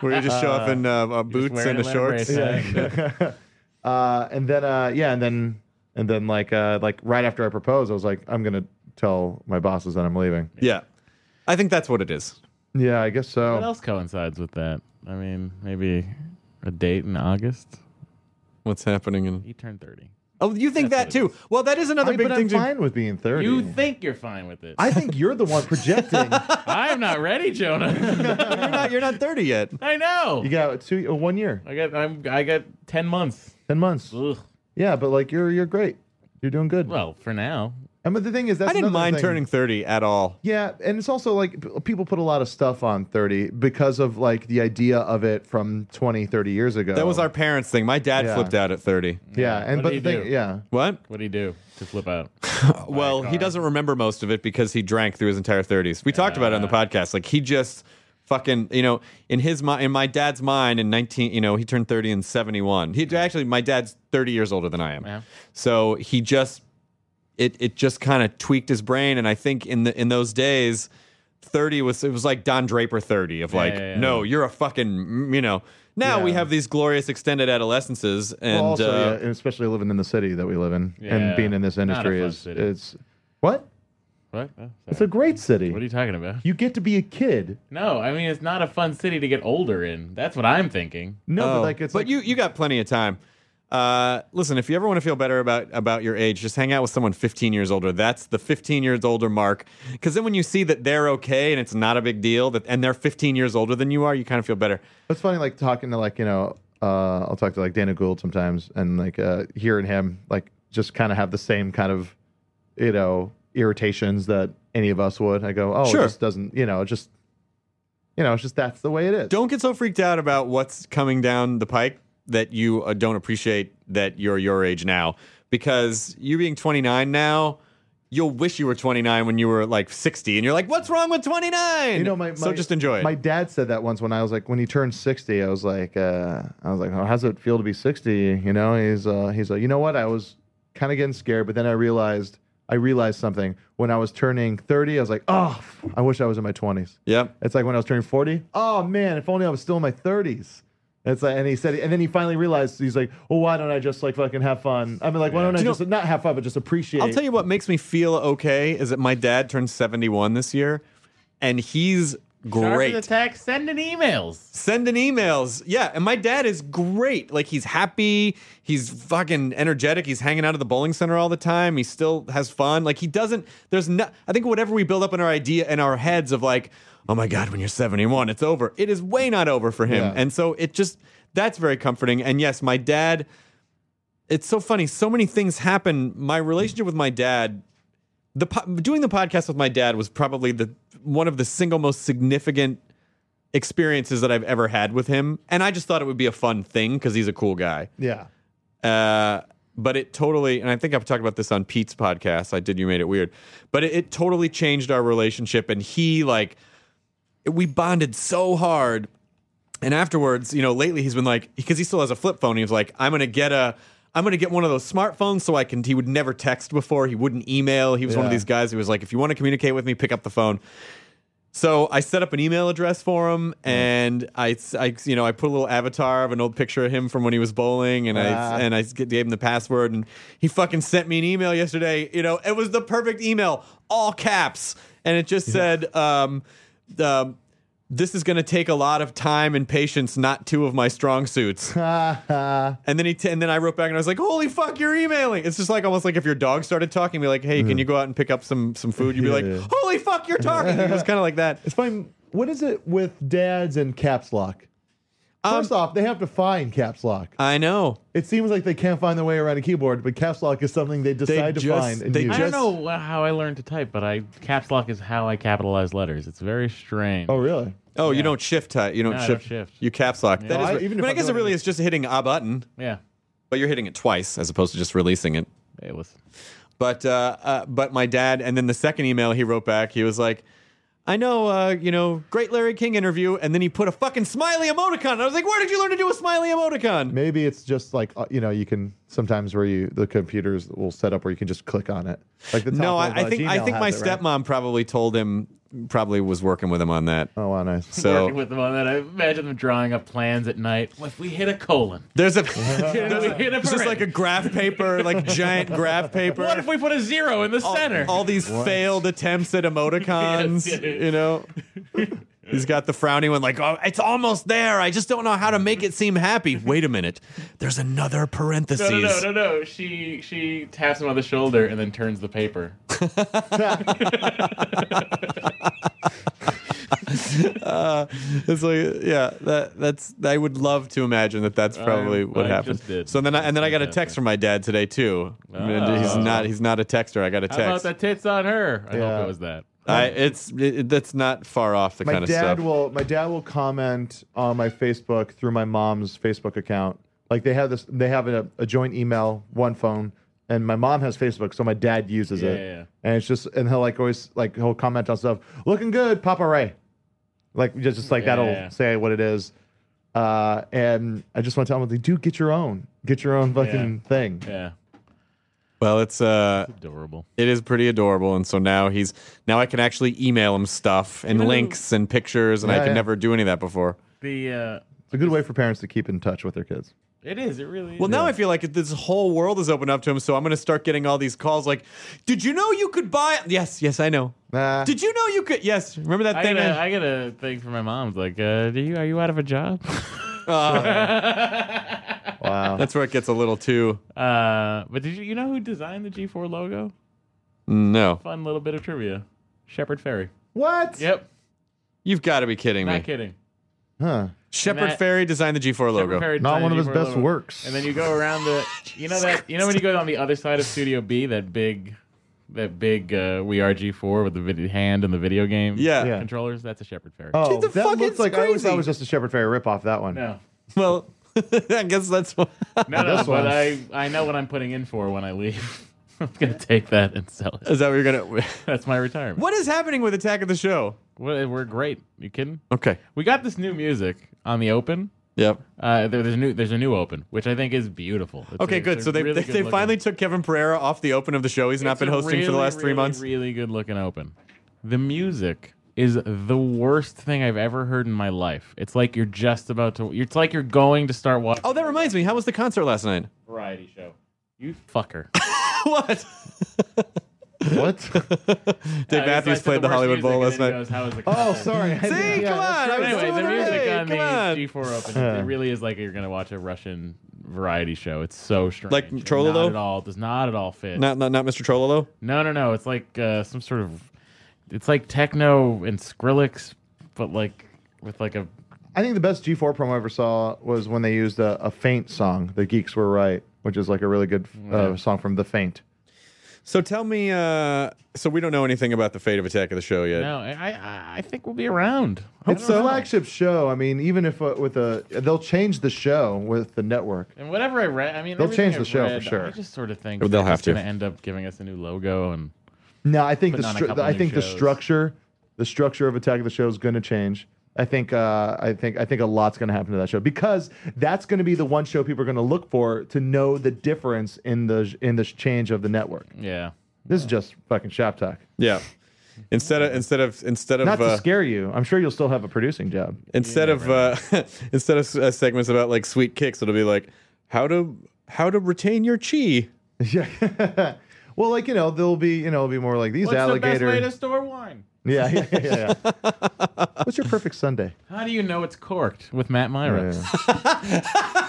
where you just show up in uh, uh,
Just
boots
wearing
and a
a lemon
shorts
bracelet.
uh, and then uh, yeah, and then and then like uh, like right after I proposed, I was like, I'm gonna tell my bosses that I'm leaving.
yeah i think that's what it is
Yeah, I guess
What
so.
else coincides with that? I mean, maybe a date in August.
what's happening in
You turn thirty.
Oh, you think that too? Well, that is another
I,
big
but
thing.
I'm
to-
fine with being thirty.
You think you're fine with it?
I think you're the one projecting.
I am not ready, Jonah.
You're not. You're not 30 yet.
I know.
you got two, uh, one year,
I got. I'm. I got ten months.
ten months.
Ugh.
Yeah, but like you're you're great. You're doing good.
Well, for now.
and but the thing is, that's
I didn't
another
mind
thing.
turning 30 at all.
Yeah, and it's also like p- people put a lot of stuff on 30 because of like the idea of it from 20, 30 years ago.
That was our parents' thing. My dad
Yeah.
flipped out at 30.
Yeah,
Yeah,
and
what
but
do
the
you
thing,
do?
yeah.
What?
What do you do to flip out?
well, he doesn't remember most of it because he drank through his entire 30s. We talked about it on the podcast. Like he just fucking, you know, in his mind, in my dad's mind, in 19, you know, he turned 30 in 71. He actually, my dad's 30 years older than I am.
Yeah.
So he just, it it just kind of tweaked his brain, and I think in the in those days, 30 was it was like Don Draper 30 of like,
yeah, yeah.
no, you're a fucking, mm, you know. Now we
Yeah.
have these glorious extended adolescences, and
Well, also,
uh,
yeah, and especially living in the city that we live in
Yeah,
and being in this
not a
industry
fun
is
city.
it's what?
What? Oh,
It's
sorry.
a great city.
what are you talking about?
you get to be a kid.
No, I mean it's not a fun city to get older in. That's what I'm thinking.
No,
Oh,
but like it's
but
like,
you you got plenty of time. Uh, listen, if you ever want to feel better about about your age, just hang out with someone 15 years older. That's the 15 years older mark. Because then when you see that they're okay and it's not a big deal, that and they're 15 years older than you are, you kind of feel better.
It's funny, like talking to like you know, uh, I'll talk to like Dana Gould sometimes, and like uh, hearing him like just kind of have the same kind of you know irritations that any of us would. I go, oh,
Sure.
it just doesn't, you know, it just you know, it's just that's the way it is.
Don't get so freaked out about what's coming down the pike that you uh, don't appreciate that you're your age now. Because you being 29 now, you'll wish you were 29 when you were like 60, and you're like, "What's wrong with 29?"
you know, my, my
so just enjoy it.
My dad said that once when I was like, when he turned sixty, I was like, uh, I was like, oh, how's it feel to be sixty? You know, he's uh, he's like, you know what? I was kind of getting scared, but then I realized. I realized something when I was turning 30. I was like, "Oh, I wish I was in my 20s."
yep.
It's like when I was turning 40. Oh man, if only I was still in my 30s. It's like, and he said, and then he finally realized he's like, well, why don't I just like fucking have fun? I mean, like, why don't I
you know-
just not have fun, but just appreciate?
I'll tell you what makes me feel okay is that my dad turned 71 this year, and he's
After the
great.
text, send in emails.
Sending emails. Yeah, and my dad is great. Like he's happy, he's fucking energetic, he's hanging out at the bowling center all the time, he still has fun. Like he doesn't there's no I think whatever we build up in our idea in our heads of like, oh my god, when you're 71, it's over. It is way not over for him.
Yeah.
And so it just that's very comforting. And yes, my dad it's so funny. So many things happen. My relationship with my dad, the po- doing the podcast with my dad was probably the one of the single most significant experiences that I've ever had with him. And I just thought it would be a fun thing because he's a cool guy.
yeah,
Uh, but it totally, and I think I've talked about this on Pete's podcast. I did. You made it weird, but it, it totally changed our relationship. And he like, we bonded so hard. And afterwards, you know, lately he's been like, because he still has a flip phone. He was like, I'm gonna get a, I'm gonna get one of those smartphones so I can. He would never text before. He wouldn't email. He was one of
Yeah.
these guys who was like, if you want to communicate with me, pick up the phone. So I set up an email address for him,
Mm.
and I, I, you know, I put a little avatar of an old picture of him from when he was bowling, and
Ah.
I and I gave him the password, and he fucking sent me an email yesterday. You know, it was the perfect email, all caps, and it just said, um, um, this is going to take a lot of time and patience, not two of my strong suits. and then he t- and then I wrote back and I was like, "Holy fuck, you're emailing!" It's just like almost like if your dog started talking, be like, "Hey, can you go out and pick up some some food?" You'd be
Mm. Yeah.
like, "Holy fuck, you're talking!" It was kind of like that.
It's fine. What is it with dads and caps lock?
Um,
First off, they have to find caps lock.
I know.
It seems like they can't find their way around a keyboard, but caps lock is something they decide to
just-
find and
they
use.
I
just-
don't know how I learned to type, but I caps lock is how I capitalize letters. It's very strange.
oh, really?
Oh, you don't shift. Ty- you don't,
No, I
shift,
don't shift.
You caps lock. That
No,
is
I-
re-
even if
I mean, I
I'm
guess it
doing
really
it-
is just hitting a button,
Yeah,
but you're hitting it twice as opposed to just releasing it.
it was.
But uh, uh, but my dad, and then the second email he wrote back, he was like, "I know, uh, you know, great Larry King interview," and then he put a fucking smiley emoticon. I was like, "Where did you learn to do a smiley emoticon?"
Maybe it's just like uh, you know, you can sometimes where you the computers will set up where you can just click on it. Like the top
No,
of,
I, I
uh,
think I
Gmail
think my
has it, right?
stepmom probably told him, probably was working with him on that.
Oh wow, nice.
Working
So
with them on that, I imagine them drawing up plans at night. Well, if we hit a colon,
there's a
Can we hit a
it's just like a
parade?
graph paper, like giant graph paper.
what if we put a zero in the
all,
center?
all these failed attempts at emoticons,
Yes, yes.
you know. He's got the frowny one, like, oh, it's almost there. I just don't know how to make it seem happy. Wait a minute. There's another
no,
parentheses.
no, no, no, no. She she taps him on the shoulder and then turns the paper.
Uh, It's like, yeah, that that's. I would love to imagine that that's probably what
I
happened.
just did.
So then, I, and then I got a text from my dad today too. And he's not. He's not a texter. I got a
Oh. How
text.
about the tits on her? I
Yeah.
hope it was that.
I, it's it, that's not far off the
my
kind of
dad
stuff.
will my dad will comment on my Facebook through my mom's Facebook account. Like they have this they have a, a joint email, one phone, and my mom has Facebook, so my dad uses
Yeah,
it.
yeah, yeah.
And it's just and he'll like always like he'll comment on stuff. Looking good, Papa Ray. Like just, just like
Yeah.
that'll say what it is. Uh, and I just want to tell him, like, dude, get your own, get your own fucking thing.
Yeah,
well, it's uh,
adorable.
it is pretty adorable, and so now he's now I can actually email him stuff
Mm.
and links and pictures, and I
Yeah,
could
yeah.
never do any of that before.
The uh,
It's a good way for parents to keep in touch with their kids.
it is. It really.
Well,
is.
now I feel like this whole world is open up to him, so I'm going to start getting all these calls like, "Did you know you could buy?" Yes, yes, I know.
Nah.
Did you know you could? Yes, remember that
I
thing?
get, a, I get a thing from my mom's like, uh, do you are you out of a job?
Wow.
That's where it gets a little too.
Uh, but did you you know who designed the G4 logo?
No,
Fun little bit of trivia. Shepard Ferry.
what?
Yep,
you've got to be kidding
not
me.
kidding.
Huh.
Shepard
Matt-
Ferry designed the G4
Shepard
logo.
Fairey
Not
designed
one of
the
his
G4
best
logo.
works.
And then you go around the, you know that, you know when you go on the other side of Studio B, that big, that big uh, We Are G4 with the video hand and the video game
Yeah.
Yeah.
controllers. That's a Shepard Fairey.
Oh,
Dude, the
that
fuck
looks
is
like I always thought
crazy.
it was just a Shepherd Fairey ripoff. That one.
No,
Well, I guess that's what.
no, no.
This
but
one.
I, I know what I'm putting in for when I leave. I'm gonna take that and sell it.
Is that what you're gonna?
That's my retirement.
What is happening with Attack of the Show?
We're we're great. You kidding?
Okay.
We got this new music on the open.
Yep.
Uh, there, there's a new there's a new open, which I think is beautiful. It's
Okay,
a-
good.
it's
So
a
they
really
they, they
good-looking-
finally took Kevin Pereira off the open of the show. He's not
It's
been
a
hosting for the
really,
last three
really,
months.
Really good looking open. The music is the worst thing I've ever heard in my life. It's like you're just about to. It's like you're going to start watching
Oh, that reminds me. How was the concert last night?
a variety show. You fucker.
what?
What?
Uh,
Dave Matthews played the Hollywood Bowl last night.
Oh, sorry.
See, come on. I was
Anyway,
doing
the
it
music
right.
on
Come
the
on.
G4 Open, it really is like you're going to watch a Russian variety show. It's so strange.
Like
It's
Trololo?
Not at all. Does not at all fit.
Not, not not Mr. Trololo.
No, no, no. It's like uh, some sort of. It's like techno and Skrillex, but like with like a.
I think the best G4 promo I ever saw was when they used a, a Faint song, The Geeks Were Right, which is like a really good uh, song from The Faint.
So tell me. Uh, so we don't know anything about the fate of Attack of the Show yet.
No, I, I, I think we'll be around.
It's the flagship show. I mean, even if uh, with a, they'll change the show with the network.
And whatever I read, I mean,
They'll
everything
change the
I've
show for
read,
sure.
I just sort of think
They'll
they're
have
just
to.
Gonna end up giving us a new logo and
No, I think the
Putting on a
stru-
couple
I
new
think the
shows.
structure, the structure of Attack of the Show is going to change. I think uh, I think I think a lot's going to happen to that show because that's going to be the one show people are going to look for to know the difference in the in this change of the network.
yeah.
This is just fucking shop talk.
Yeah. Instead of instead of instead of
Not to
uh,
scare you. I'm sure you'll still have a producing job.
instead of uh, instead of uh, segments about like sweet kicks, it'll be like how to how to retain your chi.
Yeah. well, like you know, there'll be you know, it'll be more like these
What's the best way to
alligators.
store wine?
Yeah, yeah, yeah. yeah. What's your perfect Sunday?
How do you know it's corked with Matt Myra?
Yeah.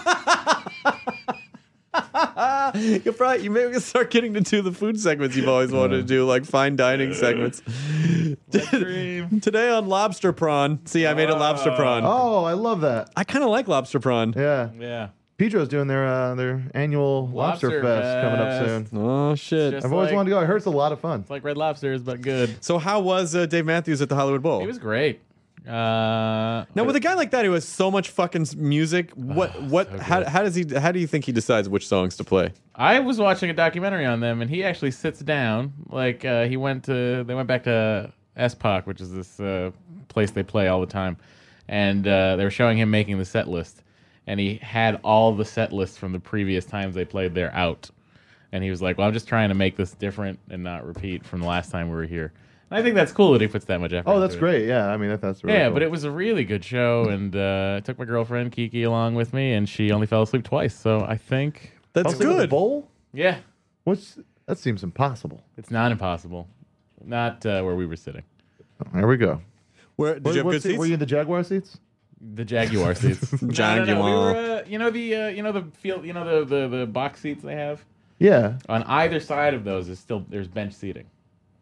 You'll probably you maybe start getting to do the food segments you've always wanted to do, like fine dining segments. Today on lobster prawn. See, I made a lobster prawn.
Oh, I love that.
I kind of like lobster prawn.
Yeah.
Yeah.
Pedro's doing their uh, their annual lobster,
Lobster
fest, coming
Fest.
up soon.
Oh shit!
Just-
I've always
like-
wanted to go. I heard it's a lot of fun.
It's like red lobsters, but good.
so how was uh, Dave Matthews at the Hollywood Bowl?
It was great. Uh,
now with a guy like that who has so much fucking s- music, what what how, how does he how do you think he decides which songs to play?
I was watching a documentary on them, and he actually sits down. Like uh, he went to, they went back to SPOC, which is this uh, place they play all the time, and uh, they were showing him making the set list, and he had all the set lists from the previous times they played there out, and he was like, "Well, I'm just trying to make this different and not repeat from the last time we were here." And I think that's cool that he puts that much effort.
Oh, that's
into it.
great. Yeah, I mean that, that's really
Yeah,
cool.
but it was a really good show, and uh, I took my girlfriend Kiki along with me, and she only fell asleep twice. So I think,
That's
Something with a
good.
bowl.
yeah,
What's that? Seems impossible.
It's not impossible. Not uh, where we were sitting.
There we go.
Where, did
What-
you have
what
good
seat-
seats?
Were you in the Jaguar seats?
The Jaguar seats.
Jaguar.
No, no, no, we were, uh, you know the uh, you know the field you know the, the the box seats they have
Yeah.
on either side of those is still there's bench seating.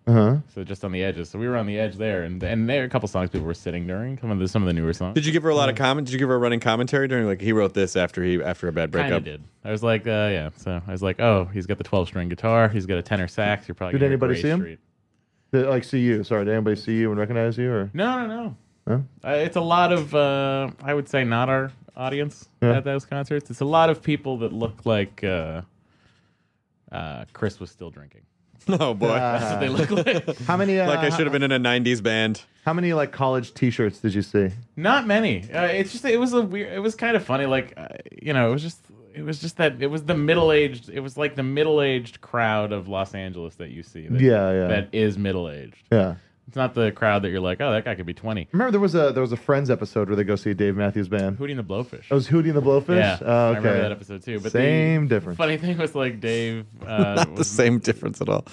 Uh huh.
So just on the edges. So we were on the edge there, and and there are a couple songs people were sitting during some of the some of the newer songs.
Did you give her a lot of comment? Did you give her a running commentary during like he wrote this after he after a
Kind
bad breakup?
of did. I was like, uh, yeah. So I was like, oh, he's got the twelve string guitar. He's got a tenor sax. You're probably
Did
gonna hear
anybody
Gray
see him?
Street.
Did, like see you? Sorry, did anybody see you and recognize you? Or
No, no,
Huh?
no. Uh, it's a lot of, uh, I would say, not our audience
Yeah.
at those concerts. It's a lot of people that look like uh, uh, Chris was still drinking.
Oh boy.
That's what they look like.
how many? Uh,
like I should have been in a 90s band.
How many like college T-shirts did you see?
not many. Uh, it's just it was a weird. It was kind of funny. Like uh, you know, it was just it was just that it was the middle aged. It was like the middle aged crowd of Los Angeles that you see. That,
Yeah, yeah.
That is middle aged.
Yeah.
It's not the crowd that you're like, oh, that guy could be twenty.
Remember there was a there was a Friends episode where they go see Dave Matthews Band.
Hootie and the Blowfish.
It was Hootie and Oh, the Blowfish.
Yeah,
Oh,
I
okay.
remember that episode too. But the
Same difference.
Funny thing was like Dave. Uh,
Not the
was-
same difference at all.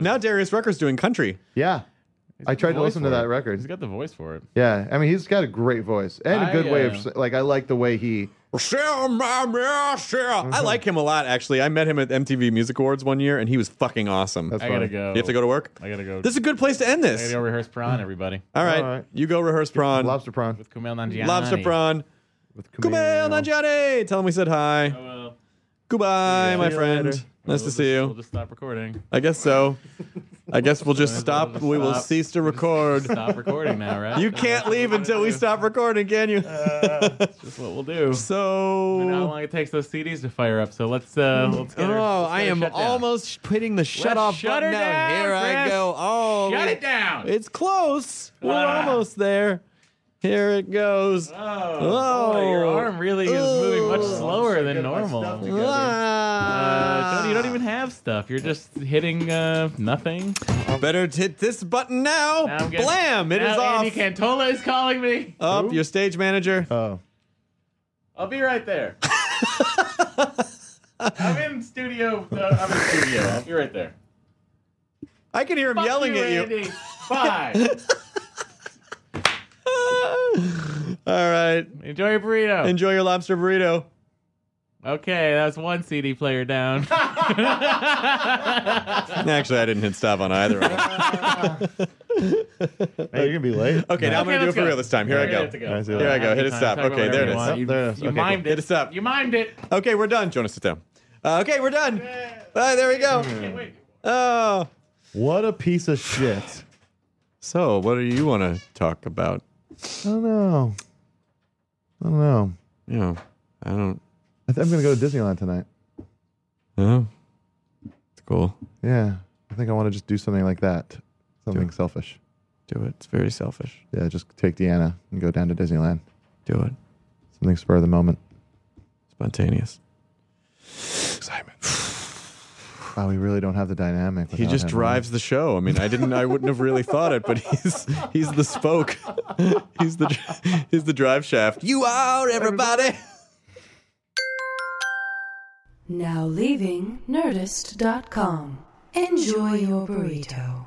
Now Darius Rucker's doing country.
Yeah,
he's
I
got
tried
the
to
voice
listen to
for
that
it.
record.
He's got the voice for it.
Yeah, I mean he's got a great voice and a
I,
good way
uh,
of like I like the way he.
I like him a lot, actually. I met him at MTV Music Awards one year, and he was fucking awesome.
That's
I
funny.
gotta go.
You have to go to work.
I gotta go.
This is a good place to end
I
this.
gotta go rehearse prawn, everybody.
All right,
All right.
you go rehearse prawn,
Lobster prawn
With Kumail Nanjiani.
lobster prawn.
with
Kumail Nanjiani, tell him we said hi.
Well,
Goodbye, my
See you
friend.
later.
Nice
we'll
to see
just- We'll
you.
just stop recording.
I guess so. I guess we'll just stop. We will
stop.
cease to record.
Stop recording now, right?
You can't leave until we stop recording, can you?
That's what we'll do. I
So.
don't know how long it takes those CDs to fire up. So let's uh, let's get. her-
Oh,
let's get
I
her
am
shut down.
almost putting the shut
Let's
off
shut
button
her
down.
down,
Here I
Chris.
go. Oh,
Shut
we-
it down.
It's close. We're
Ah.
almost there. Here it goes.
Oh,
Oh.
boy, your arm really is moving much
Oh.
slower than
Get my stuff
normal.
together.
Uh,
Ah.
Tony, you don't even have stuff. You're just hitting uh, nothing.
Better hit this button now.
Now I'm getting-
Blam! It is
now
off.
Andy Cantola is calling me.
Up, your stage manager.
Oh,
I'll be right there. I'm in studio. uh, I'm in studio. I'll be right there.
I can hear him
Fuck
yelling
you,
at you.
Andy. Bye.
All right.
Enjoy your burrito.
Enjoy your lobster burrito.
okay, that's one CD player down.
Actually, I didn't hit stop on either. of them.
hey, you're gonna be late.
Okay, now I'm gonna do it
let's
for
go.
real this time. Here I
We're gonna
go.
have to
All right, see you
Uh,
later.
Here I go.
have
Hit
a
it
good time.
stop.
Talk
Okay,
about
there it
whatever you want.
Yep,
is.
there it is.
You, you
Okay, cool.
mimed it.
Hit us up.
You mimed it.
Okay, we're done. Jonas, sit down. Uh, okay, we're done. Uh, there we go.
Wait.
Oh.
What a piece of shit.
So, what do you want to talk about?
I don't know. I don't know.
You know, I don't
I th- I'm gonna go to Disneyland tonight.
know. It's cool.
Yeah, I think I want to just do something like that. Something selfish.
Do it. It's very selfish.
Yeah, just take Deanna and go down to Disneyland.
Do it.
Something spur of the moment.
Spontaneous. Excitement.
Wow, we really don't have the dynamic.
He
without
just
him.
drives the show. I mean, I didn't. I wouldn't have really thought it, but he's he's the spoke. he's the dr- he's the drive shaft. You out, everybody.
Now leaving Nerdist.com. Enjoy your burrito.